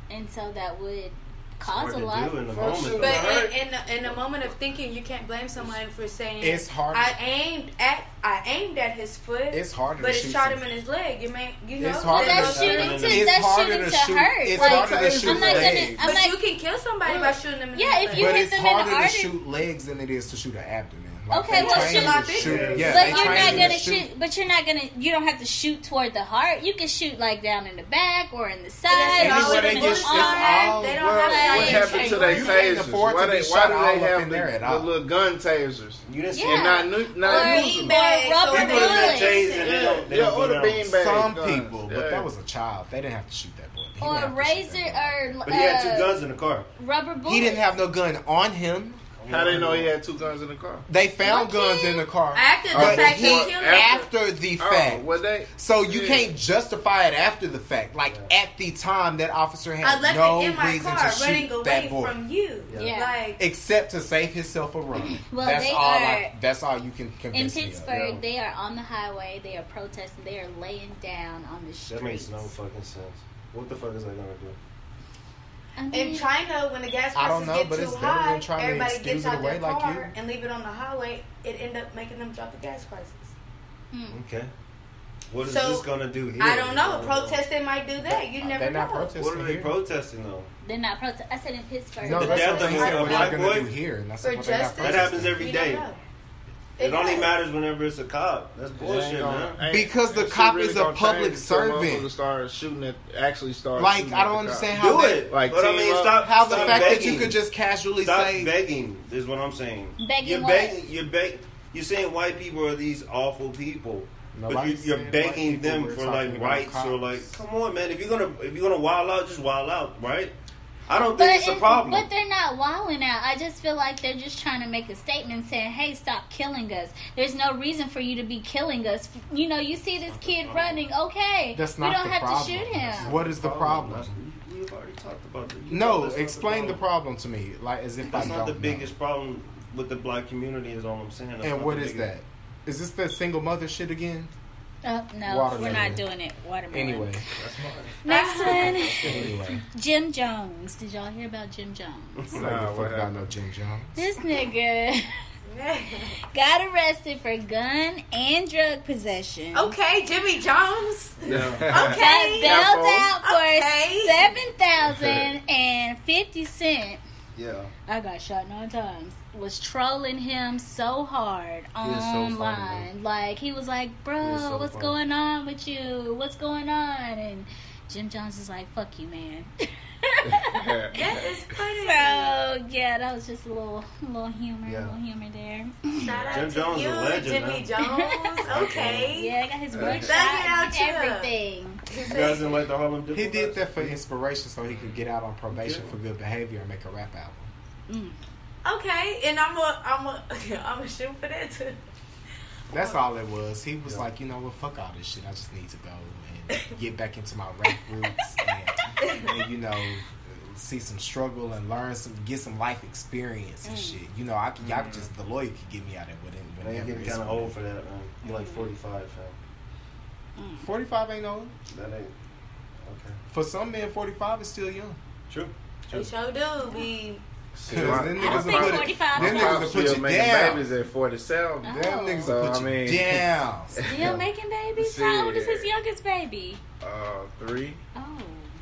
and so that would cause a lot. do in the For sure. moment. But though. in, in, the, in the moment of thinking, you can't blame someone for saying It's hard. I aimed at I aimed at his foot, it's harder. but to it shoot shot some- him in his leg. You may you know. It's But harder that that's goes shooting to through. It's that's harder shooting to to, shoot- hurt. it's like harder to shoot I'm not legs. gonna. I'm But not. you can kill somebody by shooting them. In Yeah, the if leg. you but hit it's them in the harder to artery- shoot legs than it is to shoot an abdomen. Like, Okay, they well, train shoot- you Lot to bigger. shoot- yeah, but they you're train not you gonna to shoot. But you're not gonna. You don't have to shoot toward the heart. You can shoot like down in the back or in the side. Anywhere or they in get- the it's arm. all- They don't What, have what like- happened to their You can't tasers? afford to Why, be they, why shot all do up they in have there at the, all? the little gun tasers? you didn't see Yeah. And not, nu- Or- not use them. but rubber so people that bullets. tased and they don't, they Yeah, don't or the go down. bean bag Some guns. people, but Yeah. that was a child. They didn't have to shoot that boy. He didn't Or have to shoot razor that or But he had uh, two guns in the car. rubber boy. bullets. He didn't have no gun on him. How they know he had two guns in the car? They found guns in the car After the But fact, he- they killed him. after the Oh, fact. well they. So you Yeah. can't justify it after the fact. Like at the time, that officer I had left no it in my reason car, to running shoot away that boy, from you. Yeah. Like except to save himself a run. Well, that's they all. I, are- that's all you can In convince me of. Pittsburgh, they are on the highway. They are protesting. They are laying down on the That streets. makes no fucking sense. What the fuck is that gonna do? I mean, in China, when the gas prices I don't know, get but too it's better than high, trying to everybody excuse gets it out away their like car you. and leave it on the highway. It end up making them drop the gas prices. Hmm. Okay. What is So, this gonna do here? I don't know. A protest they might do that. You never They're know. not protesting What are they here. protesting though? they're not protesting. I said in Pittsburgh. no, The that's death what of they a said. What black they're gonna boy? do here, and that's For what they're not justice, protesting. That happens every you day. Don't know. They it only know. matters whenever it's a cop. That's bullshit, man. Because the Shit cop is a gonna public change until servant. motherfuckers Start shooting at, actually start. Like shooting I at don't the understand cop. how Do they- it. Like, but I team mean, up. stop. how the stop fact begging. that you could just casually stop say begging is what I'm saying. Begging you're what? begging. You're beg. You're saying white people are these awful people, but Nobody's you, saying you're white begging people, them we're for talking like about rights or cops. like. Come on, man. If you're gonna if you're gonna wild out, just wild out, right? I don't But, think it's a it's- problem. but they're not wilding out. I just feel like they're just trying to make a statement saying, hey, stop killing us. There's no reason for you to be killing us. You know, you see this kid running. Okay. that's we not don't the have problem. to shoot him. What is the problem? That's- We've already talked about that. You know No, that's not explain the problem to me. Like as if That's I not don't the know. biggest problem with the black community. Is all I'm saying. That's And not what the is biggest- that? Is this the single mother shit again? Oh, no, we're Watermelon. not doing it. Watermelon. Anyway, Next one. anyway, Jim Jones. Did y'all hear about Jim Jones? like Nah, the what fuck about happened? no Jim Jones. This nigga got arrested for gun and drug possession. okay, Jimmy Jones. Yeah. Got Okay. bailed out for Okay. seven thousand and fifty cent. Yeah. I got shot nine times. Was trolling him so hard online. like he was like, "Bro, is so what's funny. going on with you? What's going on?" And Jim Jones is like, "Fuck you, man." so That is funny. yeah, that was just a little, little humor, Yeah. little humor there. Shout out Jim to Jones you, a legend, Jimmy Jones. Oh, Okay. Yeah, I got his blood Thank shot you, and Altia. everything. He You guys said- didn't like the Harlem Diplomats? He did that for inspiration, so he could get out on probation Yeah. for good behavior and make a rap album. Okay, and I'm a, I'm a, I'm a shoot for that too. That's all it was. He was Yeah. like, you know what, fuck all this shit. I just need to go and get back into my rap roots and, and, you know, see some struggle and learn some, get some life experience and shit. You know, I could, y'all could just the lawyer could get me out of it when- Man, you're whenever. getting it's- kind of old for that, man. You're like 45, fam. Forty-five ain't old. That ain't. Okay. For some men, forty-five is still young. True. They sure do. We Cause them My- I niggas don't will think put it- 45 them is niggas old. will Pops put still you making down. babies at 47. Oh. Them niggas So, will put I you mean- down. Still making babies. How old is his Shit. youngest baby? Uh, three. Oh,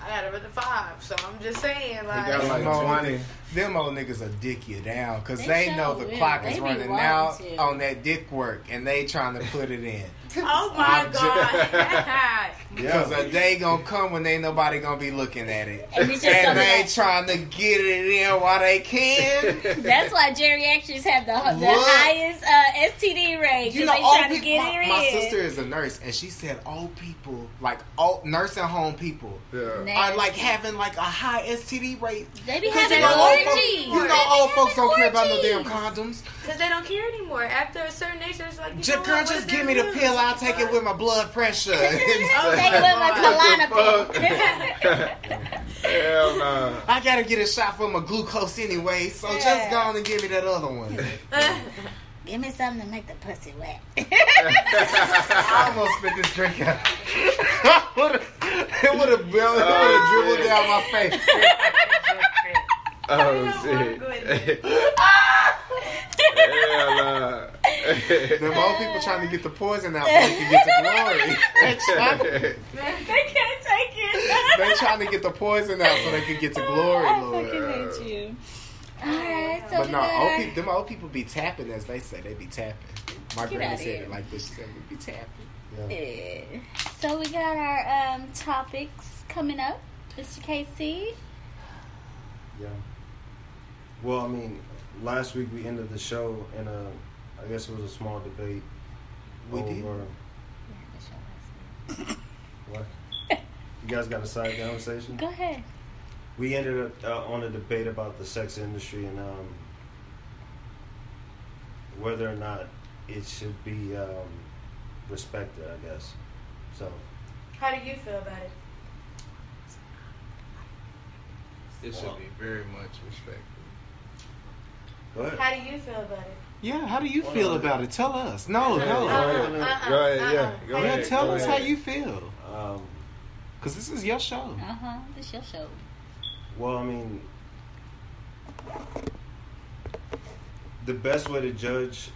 I got her at the five, so I'm just saying, He got like, like, like 20. Them old niggas will dick you down because They they, sure know the will. clock They is be running wanting out to. on that dick work and they trying to put it in. oh my I'm god. Because Yeah. a day gonna come when ain't nobody gonna be looking at it. and it's just And they something trying to get it in while they can. that, that's why geriatrics have the, the What? highest uh, STD rate because You know, they old trying to people. get My, it my in. sister is a nurse, and she said old people, like old nursing home people, Yeah. are Nasty. like having like a high STD rate. they be 'Cause you having know, old folks- orgies. You know, old folks don't care about no damn orgies. condoms. Because they don't care anymore. After a certain age, they're just like, you Just, know girl, what, what just does give that me the do? pill. I'll take it with my blood pressure. Oh, Take it with my What the Klonopin. Hell no. I gotta get a shot for my glucose anyway, so just Yeah. go on and give me that other one. Give me something to make the pussy wet. I almost spit this drink out. it would have it would have Oh, dribbled yeah. down my face. Oh I'm shit. good. Hell uh. Them old people trying to get the poison out so they can get to glory. They trying to, They can't take it. they trying to get the poison out so they can get to glory, I Lord. Oh, fucking hate you. Alright, so But did no, I- old people, them old people be tapping as they say they be tapping. My Get granny outta said here. it like this. She said we be tapping. Eh. So we got our um, topics coming up, Mr. KC. Yeah. Well, I mean, last week we ended the show in a, I guess it was a small debate. We did. What? You guys got a side conversation? Go ahead. We ended up uh, on a debate about the sex industry and um, whether or not it should be um, respected. I guess. So How do you feel about it? It should be very much respectful. go ahead. How do you feel about it? Yeah, how do you feel about it? Tell us. No, no. no. ahead, Uh-uh, uh-uh, Go ahead, yeah. Go uh-uh. How do you Yeah, ahead. tell go us how ahead. you feel. Um, Because this is your show. Uh huh. This your show. Well, I mean, the best way to judge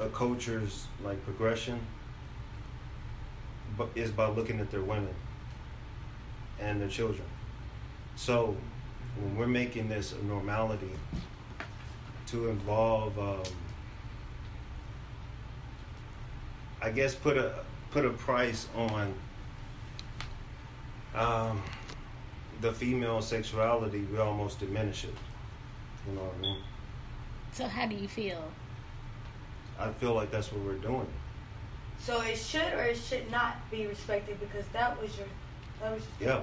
a culture's like progression bu- is by looking at their women and their children. So, when we're making this a normality to involve, um, I guess, put a put a price on. Um, the female sexuality, we almost diminish it. You know what I mean? So how do you feel? I feel like that's what we're doing. So it should or it should not be respected because that was your that was your Yeah,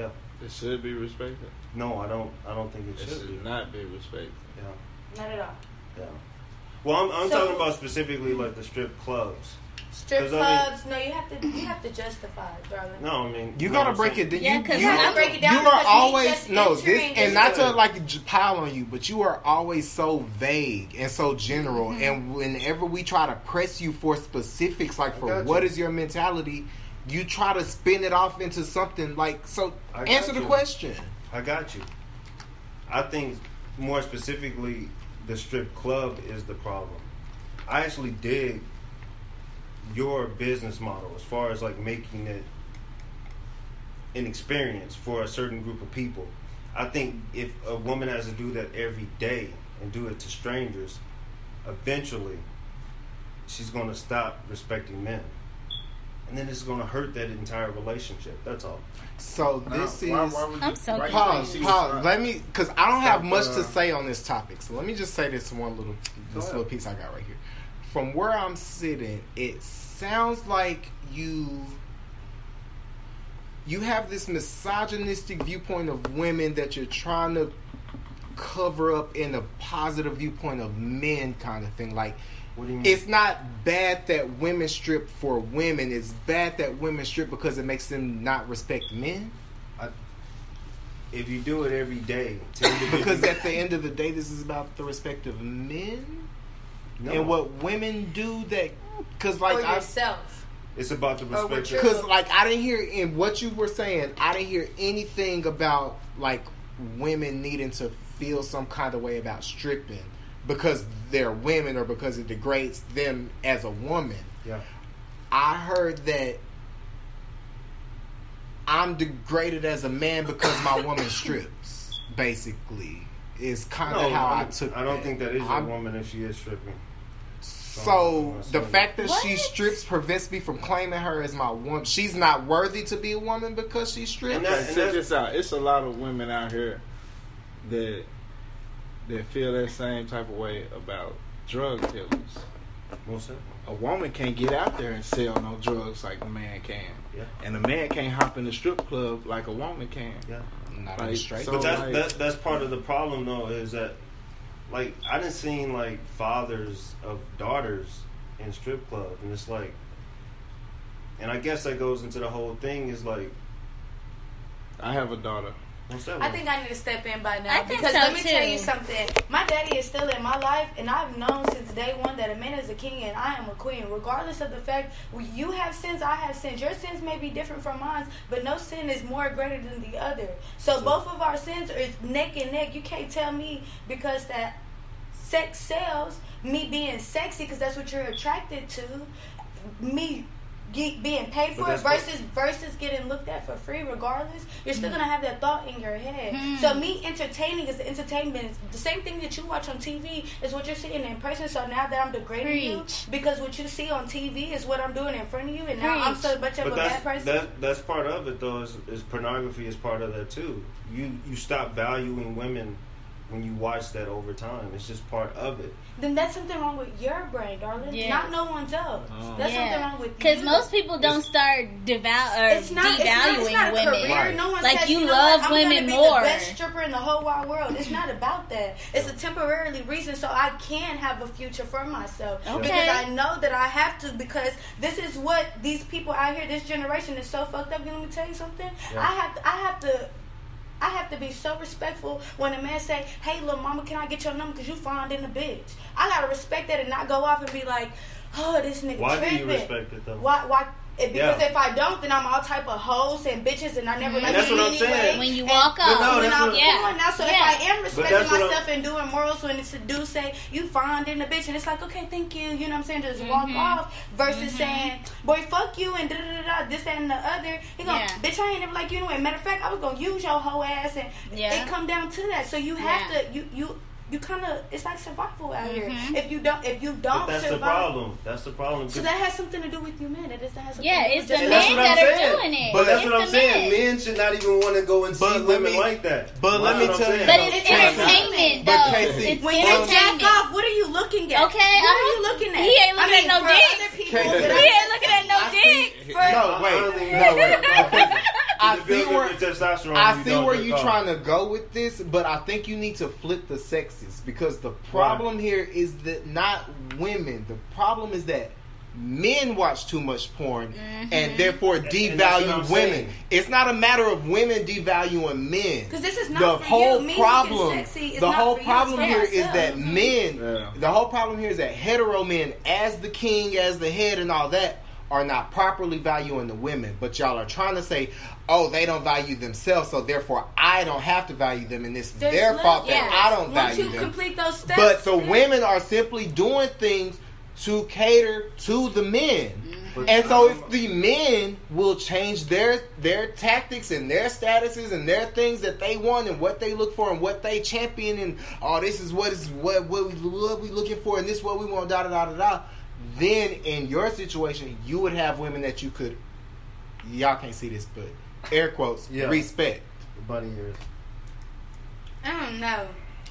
yeah. It should be respected. No, I don't. I don't think it It should. should not be respected. Yeah, not at all. yeah. Well, I'm, I'm So- talking about specifically like the strip clubs. Strip 'Cause I mean- clubs, no, you have to you have to justify it, darling. No, I mean You no, gotta I'm break saying- it. down. Yeah, you, 'cause you, I have to break it down You are because we always just no this, entering and not to into- like j- pile on you, but you are always so vague and so general. Mm-hmm. And whenever we try to press you for specifics, like I for got what you. is your mentality, you try to spin it off into something like so. I got Answer the you. question. I got you. I think more specifically, the strip club is the problem. I actually dig your business model as far as like making it an experience for a certain group of people. I think if a woman has to do that every day and do it to strangers, eventually she's going to stop respecting men. And then it's going to hurt that entire relationship. That's all. So this Now, why- is why would I'm you- so why you pause. think she pause. was- Let me because I don't have Stop, much uh, to say on this topic. So let me just say this one little Go this ahead. little piece I got right here. From where I'm sitting, it sounds like you you have this misogynistic viewpoint of women that you're trying to cover up in a positive viewpoint of men kind of thing like What do you mean? it's not bad that women strip for women it's bad that women strip because it makes them not respect men if you do it every day, to individual- Because at the end of the day, this is about the respect of men No. and what women do. That because like For I yourself. It's about the Oh, respect. we're of- because like I didn't hear in what you were saying. I didn't hear anything about like women needing to feel some kind of way about stripping because they're women or because it degrades them as a woman. yeah, I heard that I'm degraded as a man because my woman strips. Basically, is kind of no, how I, don't- took. I don't think that is a I'm- woman if she is stripping. So the fact that she What? strips prevents me from claiming her as my woman. She's not worthy to be a woman because she strips. And Okay, that's- check this out. It's a lot of women out here that that feel that same type of way about drug dealers. Most of- A woman can't get out there and sell no drugs like a man can, Yeah. and a man can't hop in the strip club like a woman can. Yeah. Not Like, on the straight. so- But that's like- that, that's part of the problem though is that like I didn't seen like fathers of daughters in strip club and it's like and I guess that goes into the whole thing is like I have a daughter. What's that I one? think I need to step in by now I think because so, let me too. tell you something. My daddy is still in my life, and I've known since day one that a man is a king and I am a queen. Regardless of the fact well, you have sins, I have sins. Your sins may be different from mine, but no sin is more greater than the other. So, both of our sins are neck and neck. You can't tell me because that sex sells. Me being sexy because that's what you're attracted to. Me ge- being But paid for it that's what- Hmm. versus versus getting looked at for free regardless you're still gonna have that thought in your head so Hmm. me entertaining is the entertainment It's the same thing that you watch on tv is what you're seeing in person so now that i'm degrading you Preach. because what you see on tv is what i'm doing in front of you and now i'm Preach. so much of But a bad that's person that, that's part of it though. Is, is pornography is part of that too. You you stop valuing women when you watch that over time. It's just part of it. then that's something wrong with your brain darling Yes. not no one's else Oh. that's something wrong with you Because most people don't start devout or it's devaluing not, it's not, it's not a women. Career. No one Like, says, you know love what, I'm women gonna be more." The best stripper in the whole wide world. It's not about that. It's a temporarily reason so I can have a future for myself Okay. because I know that I have to because this is what these people out here, this generation is so fucked up. You let me tell you something. Yeah. I have to, I have to. I have to be so respectful when a man say, "Hey, little mama, can I get your number? Cause you fond in the bitch." I gotta respect that and not go off and be like, "Oh, this nigga Why do tripping." you respect it though? Why? Why? It, because Yeah. if I don't, then I'm all type of hoes and bitches, and I never like that's you what I'm anyway. saying. Mm-hmm. When you And- walk but up. no, when that's I'm what- Yeah. cool now, so Yeah. if I am that's respecting what I'm- myself and doing morals, when it's a do say you fond in the bitch, and it's like okay, thank you, you know what I'm saying, just walk Mm-hmm. off versus saying boy, fuck you and da da da da, this that, and the other. You go, Yeah. bitch, I ain't never like you anyway. Matter of fact, I was gonna use your hoe ass, and Yeah. it come down to that. So you have Yeah. to you you. You kind of it's like survival out Mhm. here. If you don't, Oh, if you don't But that's the survive, problem. That's the problem. so that has something to do with you, man. That doesn't have something Yeah, it's to do the with your- That's men what I'm that are saying. doing it. But that's It's what I'm the saying. men. Men should not even want to go and But see let women me- like that. but That's let what me I'm tell you saying. But though, it's Casey. entertainment, But though. Casey- It's When you jack entertainment. off, what are you looking at? Okay, I what are you don't- looking at? he ain't I looking mean, at no for dick. other people, Okay. that We I- ain't looking at no I dick. see- for- No, I don't wait, even no, wait. I If see it builds up where your testosterone, I you see don't where jerk you're off. trying to go with this, but I think you need to flip the sexes because the problem here is that not women. The problem is that men watch too much porn and therefore and that's what I'm devalue women. saying. It's not a matter of women devaluing men. 'Cause this is not the for you. whole Me looking problem. sexy is the not whole for you. It's problem for here is myself. that men. Yeah. The whole problem here is that hetero men, as the king, as the head, and all that, are not properly valuing the women. But y'all are trying to say, oh, they don't value themselves, so therefore I don't have to value them, and it's There's their love, fault yes. that I don't Once value you them. complete those steps, but the yeah. women are simply doing things to cater to the men. And so if the men will change their their tactics and their statuses and their things that they want and what they look for and what they champion and oh this is what is what what we what we looking for and this what we want da da da da da then in your situation you would have women that you could y'all can't see this but air quotes Yeah. respect. Bunny ears. I don't know.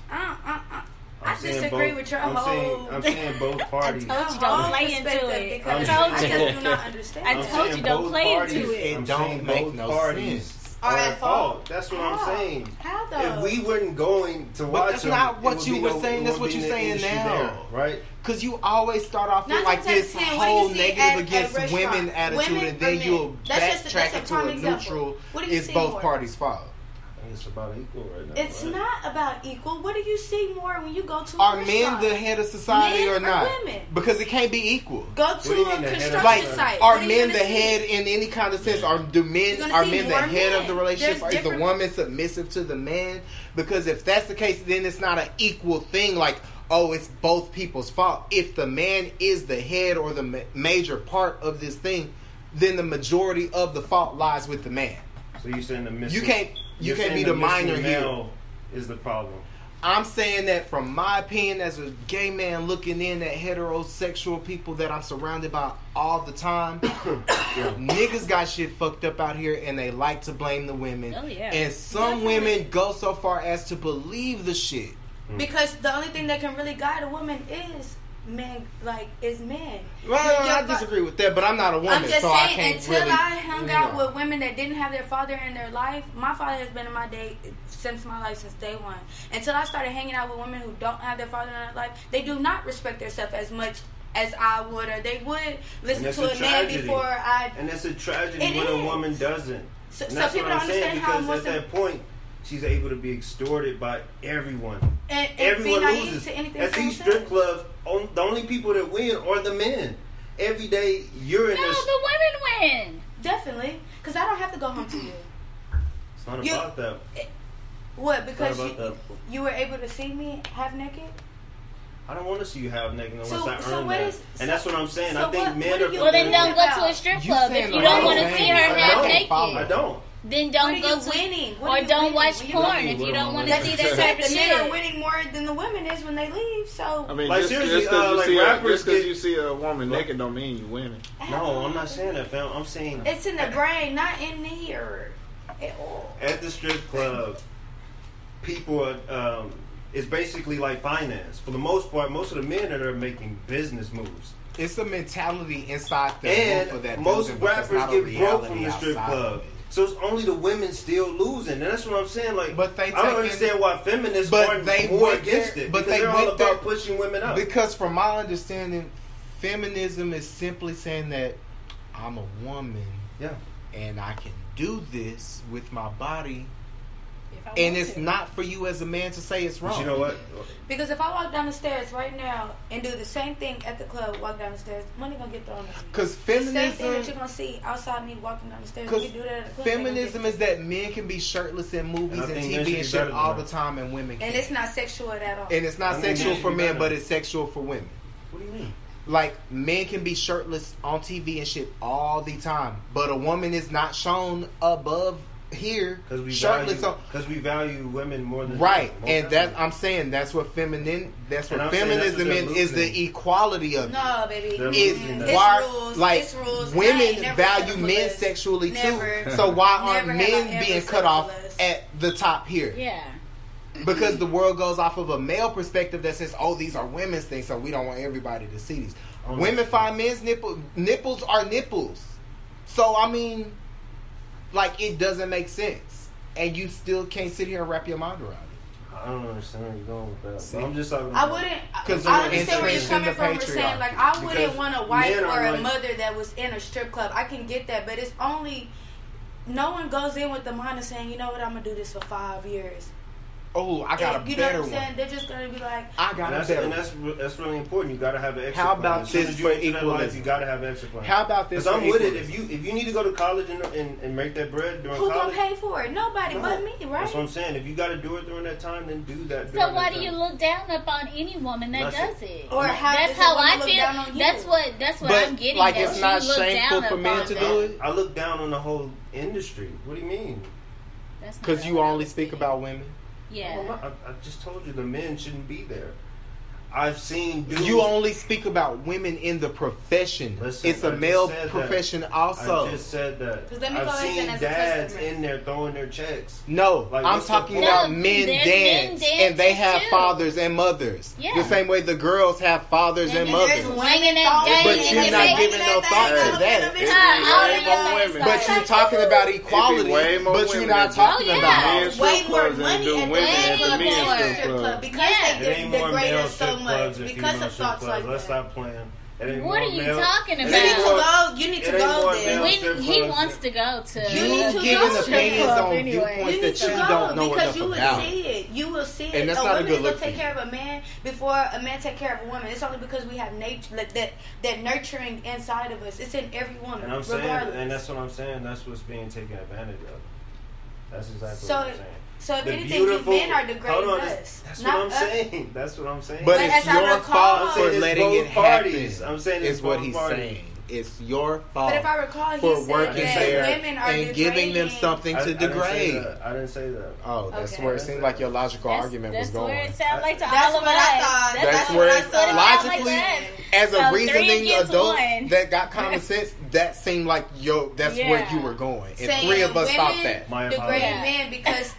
I, don't, I, I, I I'm saying disagree both- with your I'm whole. saying, I'm saying both parties. told you whole don't play into perspective it. because I I told just do you. not understand. I I'm told saying you, don't both play into parties- it. It I'm don't saying make both no parties sense. Are Are at at fault. fault. That's what How? I'm saying. How If though? we weren't going to watch But that's them, not it what would you be were no- saying, it that's would what be you're no saying issue now. there, right? Cause you always start off with Not like just this at 10, what do you whole see negative at a against restaurant? women attitude, Women and or then men? you'll That's just- backtrack that's a it to a prime example. neutral. What do you It's see both more? parties' fault. I think It's about equal right now. it's right? not about equal. What do you see more when you go to? a Are men restaurant? the head of society Men or or not? women? Because it can't be equal. Go do to you a mean the head of construction the Like, That's site. are What you men gonna the see? head in any kind of sense? Are do men You're gonna are see men the more head of men. the relationship? There's Is the different- woman submissive to the man? Because if that's the case, then it's not an equal thing. Like oh, it's both people's fault. If the man is the head or the ma- major part of this thing, then the majority of the fault lies with the man. So you're saying the missing. You can't you you're can't be saying the, missing minor here. male Is the problem? I'm saying that from my opinion as a gay man looking in at heterosexual people that I'm surrounded by all the time. Niggas got shit fucked up out here and they like to blame the women. Oh, yeah. And some Definitely. women go so far as to believe the shit. Because the only thing that can really guide a woman is men, like is men. Well, Your- your I fa- disagree with that, but I'm not a woman, I'm just so I saying, can't until really. I hung out you know. with women that didn't have their father in their life, my father has been in my day since my life since day one. Until I started hanging out with women who don't have their father in their life, they do not respect themselves as much as I would, or they would listen that's to a a, man tragedy. before I. And that's a tragedy It when a is. woman doesn't. So, And so that's people what don't I'm saying understand how because at Muslim. that point, she's able to be extorted by everyone. And, and Everyone be naive loses. to anything At someone these strip says. clubs, on, the only people that win are the men. Every day you're in No, this. the women win. Definitely, because I don't have to go home to you. It's not you- about that. What? Because about you, that. you were able to see me half naked. I don't want to see you have naked unless So- I earn so what that. is- and that's what I'm saying. so I think what- men what are. are you Well, then winning? don't go to a strip You club saying if you a don't lot want to of see things. her I half don't I follow. naked. don't. Then What don't are go you to winning? What are or you don't winning? watch What are you porn winning? if you What am I don't want to winning? see that That's just type like of the men are shit. winning more than the women is when they leave. So I mean, Like, just seriously, because uh, you, like see a- rappers just 'cause get- you see a woman naked don't mean you winning. No, I'm not saying that, fam. I'm saying It's in the brain, not in here at all. at the strip club, people are. Um, it's basically like finance. For the most part, most of the men that are making business moves. It's the mentality inside the and roof of that most building, but rappers it's not a get broke from reality the strip outside club. of it. So it's only the women still losing, and that's what I'm saying. Like, But they I don't taking- understand why feminists but aren't they more went against there- it. but But they they are all went about there- pushing women up. Because from my understanding, feminism is simply saying that I'm a woman yeah, and I can do this with my body. If I And want it's to. not for you as a man to say it's wrong. but you know what? because if I walk down the stairs right now and do the same thing at the club, walk down the stairs, money gonna get thrown at me. Because The same thing that you're feminism, gonna see outside me walking down the stairs. cause you do that at the club, they gonna feminism get- is that men can be shirtless in movies And I and, think men should TV and be better shit than all that. the time, and women can. and it's not sexual at all. and it's I not think men sexual should for be men, better. but it's sexual for women. What do you mean? Like men can be shirtless on TV and shit all the time, but a woman is not shown above here Because we shirtless value on. because we value women more than Right, most and definitely. that I'm saying that's what feminine that's And what I'm saying that's feminism what is, they're is the losing. equality of it. no, baby, They're Is losing that. it's why rules, like it's rules. and I ain't women never value settled for men less. sexually Never. too. So why aren't Never have I men ever being cut settled off for less. at the top here? Yeah. Because the world goes off of a male perspective that says, "Oh, these are women's things, so we don't want everybody to see these." Oh. Women find men's nipple nipples are nipples. So I mean, like it doesn't make sense, and you still can't sit here and wrap your mind around it. I don't understand where you're going with that. See? But I'm just talking. I about- wouldn't. Because I they're understand where you're entrenched in coming the from. We're saying patriarchy. like I wouldn't Because want a wife men or are a like- mother that was in a strip club. I can get that, but it's only no one goes in with the mind of saying, you know what, I'm gonna do this for five years. Oh, I got And a you know better what I'm saying? one. They're just gonna be like, I got And a that's, better and one. that's re- that's really important. You gotta have an extra. How plan. about As soon this as you enter for that life, equalism? You gotta have an extra plan. How about this? Because I'm for with it. equalism? If you if you need to go to college and and, and make that bread during who gonna college, pay for it? Nobody No. but me, That's what I'm right? saying. If you got to do it during that time, then do So that. during why that do you time. look down upon any woman that That's does it? Or how that's does a how woman I look feel. down on you? That's what that's what But, I'm getting. like, at. it's You not look shameful down for men upon to do that. it? I look down on the whole industry. What do you mean? That's not Because you what I only was speak saying. about women. yeah. Well, I, I just told you the men shouldn't be there. I've seen dudes. You only speak about women in the profession. Listen, it's I a just male said that. profession I also. just said that. 'Cause let me go I've ahead seen and as a dads customer. in there throwing their checks. No, Like, I'm what's the talking point? about No, men there's dance, men and they dancers, have too. fathers and mothers. Yeah. The same way the girls have fathers and, And mothers. There's women Swinging that throwing day But and you're it not make- giving no thought to that. It be Ah, way I more don't like women. that But you're talking about equality, way more but you're women not than- talking Oh, about yeah. Men's strip Way more clubs money and do at the women at the strip club. men's strip strip club club. because Yeah. they It de- ain't more degrade male us strip so clubs much and because female of strip thoughts like clubs. Let's that. stop playing. It ain't What more are you male- talking it ain't You need to about? more- go. You need to It ain't go more then. male we, strip he clubs. wants to go to. You need to You giving go to the opinions club on anyway. You need viewpoints to that you go don't know because enough you would about. see it. You will see it. And that's a not a woman good is gonna look for take you. care of a man before a man take care of a woman. It's only because we have nature like that that nurturing inside of us. It's in every woman, And I'm saying, regardless. and that's what I'm saying. That's what's being taken advantage of. That's exactly So what I'm if- saying. so if The anything, you men are degrading hold on, us. That's not what I'm us. saying. That's what I'm saying. But But it's as I your recall- fault I'm for saying it's letting both it happen. parties. I'm saying it's is what both he's parties. saying. It's your fault But if I recall, for he said working that there women are and giving them degrading- something I- I to didn't say degrade. that. I didn't say that. Oh, that's Okay. where it seemed like your logical That's, argument that's was going. where it sounds like to That's all of what us. I thought. That's what where it it's- sounds like logically- to us. As a So three reasoning against adult one. that got common sense, that seemed like yo, that's where Yeah. you were going, and Saying three of us women thought that. My degrading apologies. men because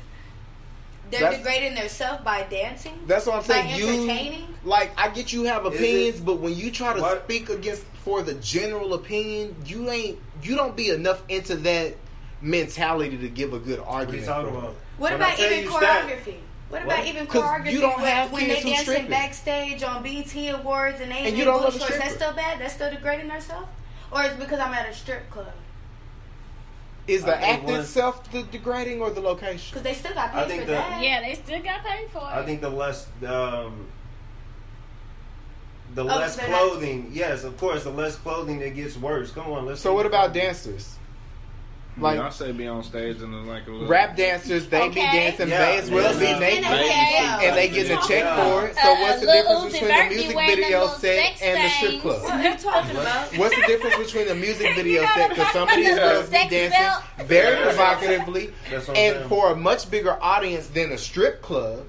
they're That's- degrading themselves by dancing. That's what I'm by saying. You entertaining. like I get you have it- opinions, but when you try to Why- speak against for the general opinion, you ain't you don't be enough into that mentality to give a good What are you argument. talking for it. about? What When I about tell even you choreography? What about What? even 'Cause choreography you don't when, have when kids they who dancing strip it. backstage on BT Awards and they ain't And you in don't blue love a shorts? That's stripper. still bad. That's still degrading herself. Or it's because I'm at a strip club. Is I the think act one- itself the degrading or the location? Because they still got I paid think for the- that. Yeah, they still got paid for it. I think the less um, the Oh, less they're not- clothing. Yes, of course. The less clothing, it gets worse. Come on, let's. So what about dancers? Like- Beyonce be on stage and look like a little Rap dancers, they be Okay. dancing, Yeah, may as well yeah. be Yeah. naked, Yeah. and they getting a check Yeah. for it. So Uh, what's the Lil difference Uzi between Vert the be music wearing them video little set sex and the strip things. What club? are you talking about? What's the difference between a music video know set? what I'm Because talking some of these about, the girls be sex belt? dancing very Yeah. provocatively, That's what I'm and saying. for a much bigger audience than a strip club.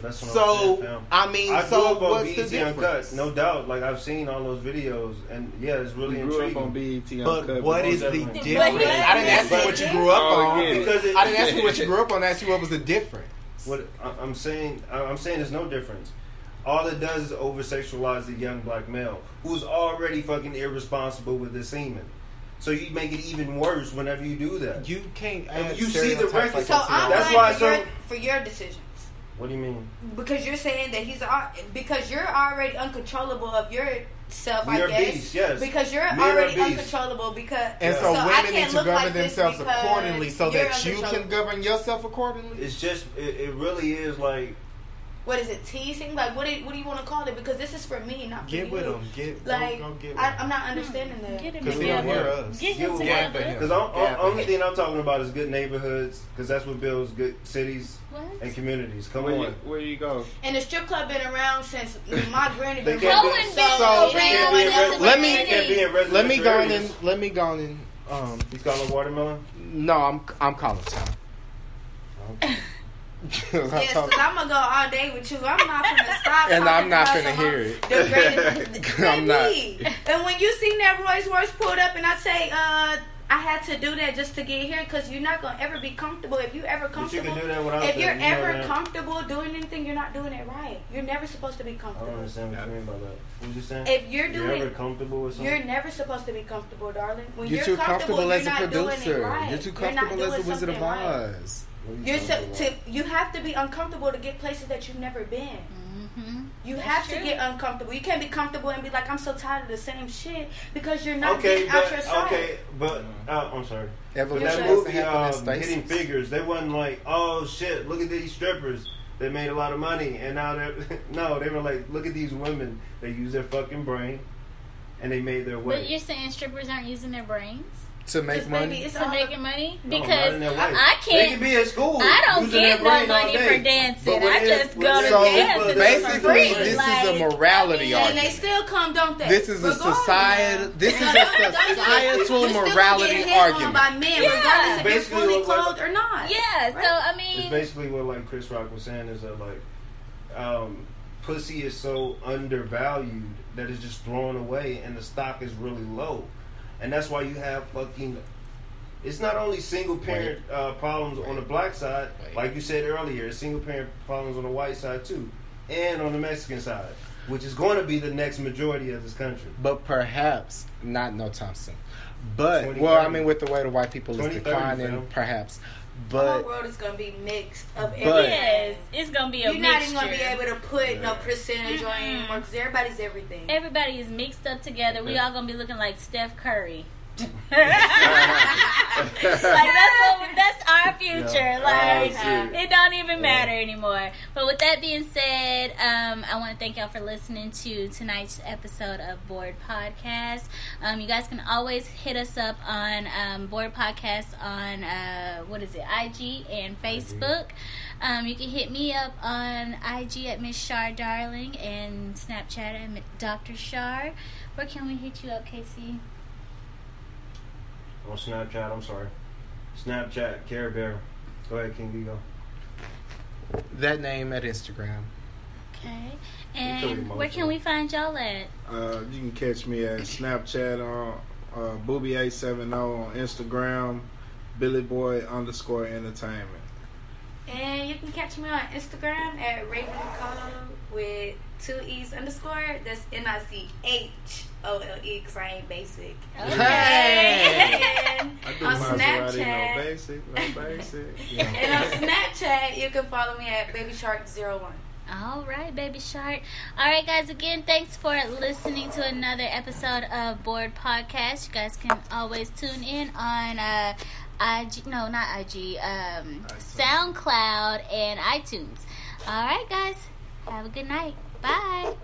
That's what I'm saying, So fam. I mean, I grew so up on what's the BET Uncut, difference? no doubt. Like I've seen all those videos, and yeah, it's We really grew up intriguing. on E BET. But what is the But difference? he- I didn't ask you what you grew up Oh, on. yeah. Because it- I didn't ask you what you grew up on. I asked you what was the difference. What I- I'm saying, I- I'm saying, there's no difference. All it does is over sexualize the young black male who's already fucking irresponsible with his semen. So you make it even worse whenever you do that. You can't. And add you see the stereotypes record- like So that to I'm your- That's that's why for, your, some- for your decisions. What do you mean? Because you're saying that he's al- because you're already uncontrollable of yourself, I We are guess. beasts, yes. Because you're We are already beasts. uncontrollable. Because And Yeah. so, women I can't need to look govern like this themselves because accordinly so you're that you can uncontrollable. govern yourself accordingly. It's just, it, it really is like What is it? Teasing? Like what? Do you, what do you want to call it? Because this is for me, not for Get you. with them. Get Like go, go get with I, I'm them. not understanding that. Hmm. Get him Because he don't together. hear us. Get him You- Yeah, together. but- because on, on, Yeah, but- only thing I'm talking about is good neighborhoods because that's what builds good cities What? and communities. Come Where you, on, where you go? And the strip club been around since my granny They been can't around. do it. Roland been So, around since let me- the let me- You can't be beginning. in residential Let me go in areas. and let me go in and um He's calling watermelon. no I'm I'm calling time. Yes, because I'm gonna go all day with you. I'm not gonna stop. And I'm talking not about gonna some hear it. The greatest, I'm not. Baby. And when you seen that Rolls Royce pulled up, and I say, uh, I had to do that just to get here, because you're not gonna ever be comfortable. If you ever But you comfortable, can do that without. if that, you're you know ever that. comfortable doing anything, you're not doing it right. You're never supposed to be I don't comfortable. understand what you mean by that. What you saying? If you're doing, you're ever comfortable with something. you're never supposed to be comfortable, darling. When You're too comfortable you're as a not doing it producer. right. You're too not comfortable as doing a Wizard of something right. Oz. What are you You're so, talking to, about? you have to be uncomfortable to get places that you've never been. Mm-hmm. You That's have to true. get uncomfortable. You can't be comfortable and be like, I'm so tired of the same shit because you're not okay, getting out your but side. okay, but uh, I'm sorry. But Evolution You're that has to movie, um, happen in Hitting stasis. Figures, they wasn't like, oh shit, look at these strippers. They made a lot of money, and now they're no. They were like, look at these women. They use their fucking brain, and they made their But way. you're saying strippers aren't using their brains to make Because maybe money. it's to all the- making money? No, not in Because their way. I They can't. could be at school. I don't using get their no brain all money day. for But dancing. when I it- just when go to it- So dance but and that's it's basically, for free. this like, is a morality I mean, And they argument. still come, don't they? This is a Regardless. societal. This is a Regardless, don't you? societal You still can morality get hit on argument. by men, Yeah. regardless if Basically, you're fully what- clothed or not. Yeah, so I It's mean, basically what like Chris Rock was saying is that like, um, pussy is so undervalued that it's just thrown away, and the stock is really low, and that's why you have fucking. It's not only single parent uh, problems on the black side, Wait. like you said earlier, it's single parent problems on the white side too, and on the Mexican side, which is going to be the next majority of this country. but perhaps not no time soon. But 20, well, I 30. mean, with the way the white people is 20, 30, declining, fam. perhaps. The whole But world is going to be mixed of But- everything. yes, it's gonna be a You're not even going to be mixture. able to put no Yeah. percentage on Mm-mm. anymore because everybody's everything. Everybody is mixed up together. We Okay. all gonna be looking like Steph Curry. like that's what, that's our future. Yeah. Like Oh, shit. it don't even matter anymore. But with that being said, um, I want to thank y'all for listening to tonight's episode of Board Podcast. Um, you guys can always hit us up on um, Board Podcast on uh, what is it, IG and Facebook. Um, you can hit me up on IG at Miss Shar Darling and Snapchat at Mi- Dr. Shar. Where can we hit you up, Casey? On Snapchat, I'm sorry, Snapchat, Care Bear. Go ahead, King Vigo. that name at Instagram. Okay. You're too And where can emotional. we find y'all at? Uh, you can catch me at Snapchat on uh, Booby870 on Instagram, Billy Boy underscore entertainment. And you can catch me on Instagram at Raven Cole with two E's underscore. That's N I C H O L E because I ain't basic. Hey! And I do On Maserati, Snapchat. no basic, no basic. and on Snapchat, you can follow me at Baby Shark01. All right, baby shark. All right, guys. Again, thanks for listening to another episode of Board Podcast. You guys can always tune in on uh, IG, no, not IG, um, SoundCloud and iTunes. All right, guys. Have a good night. Bye.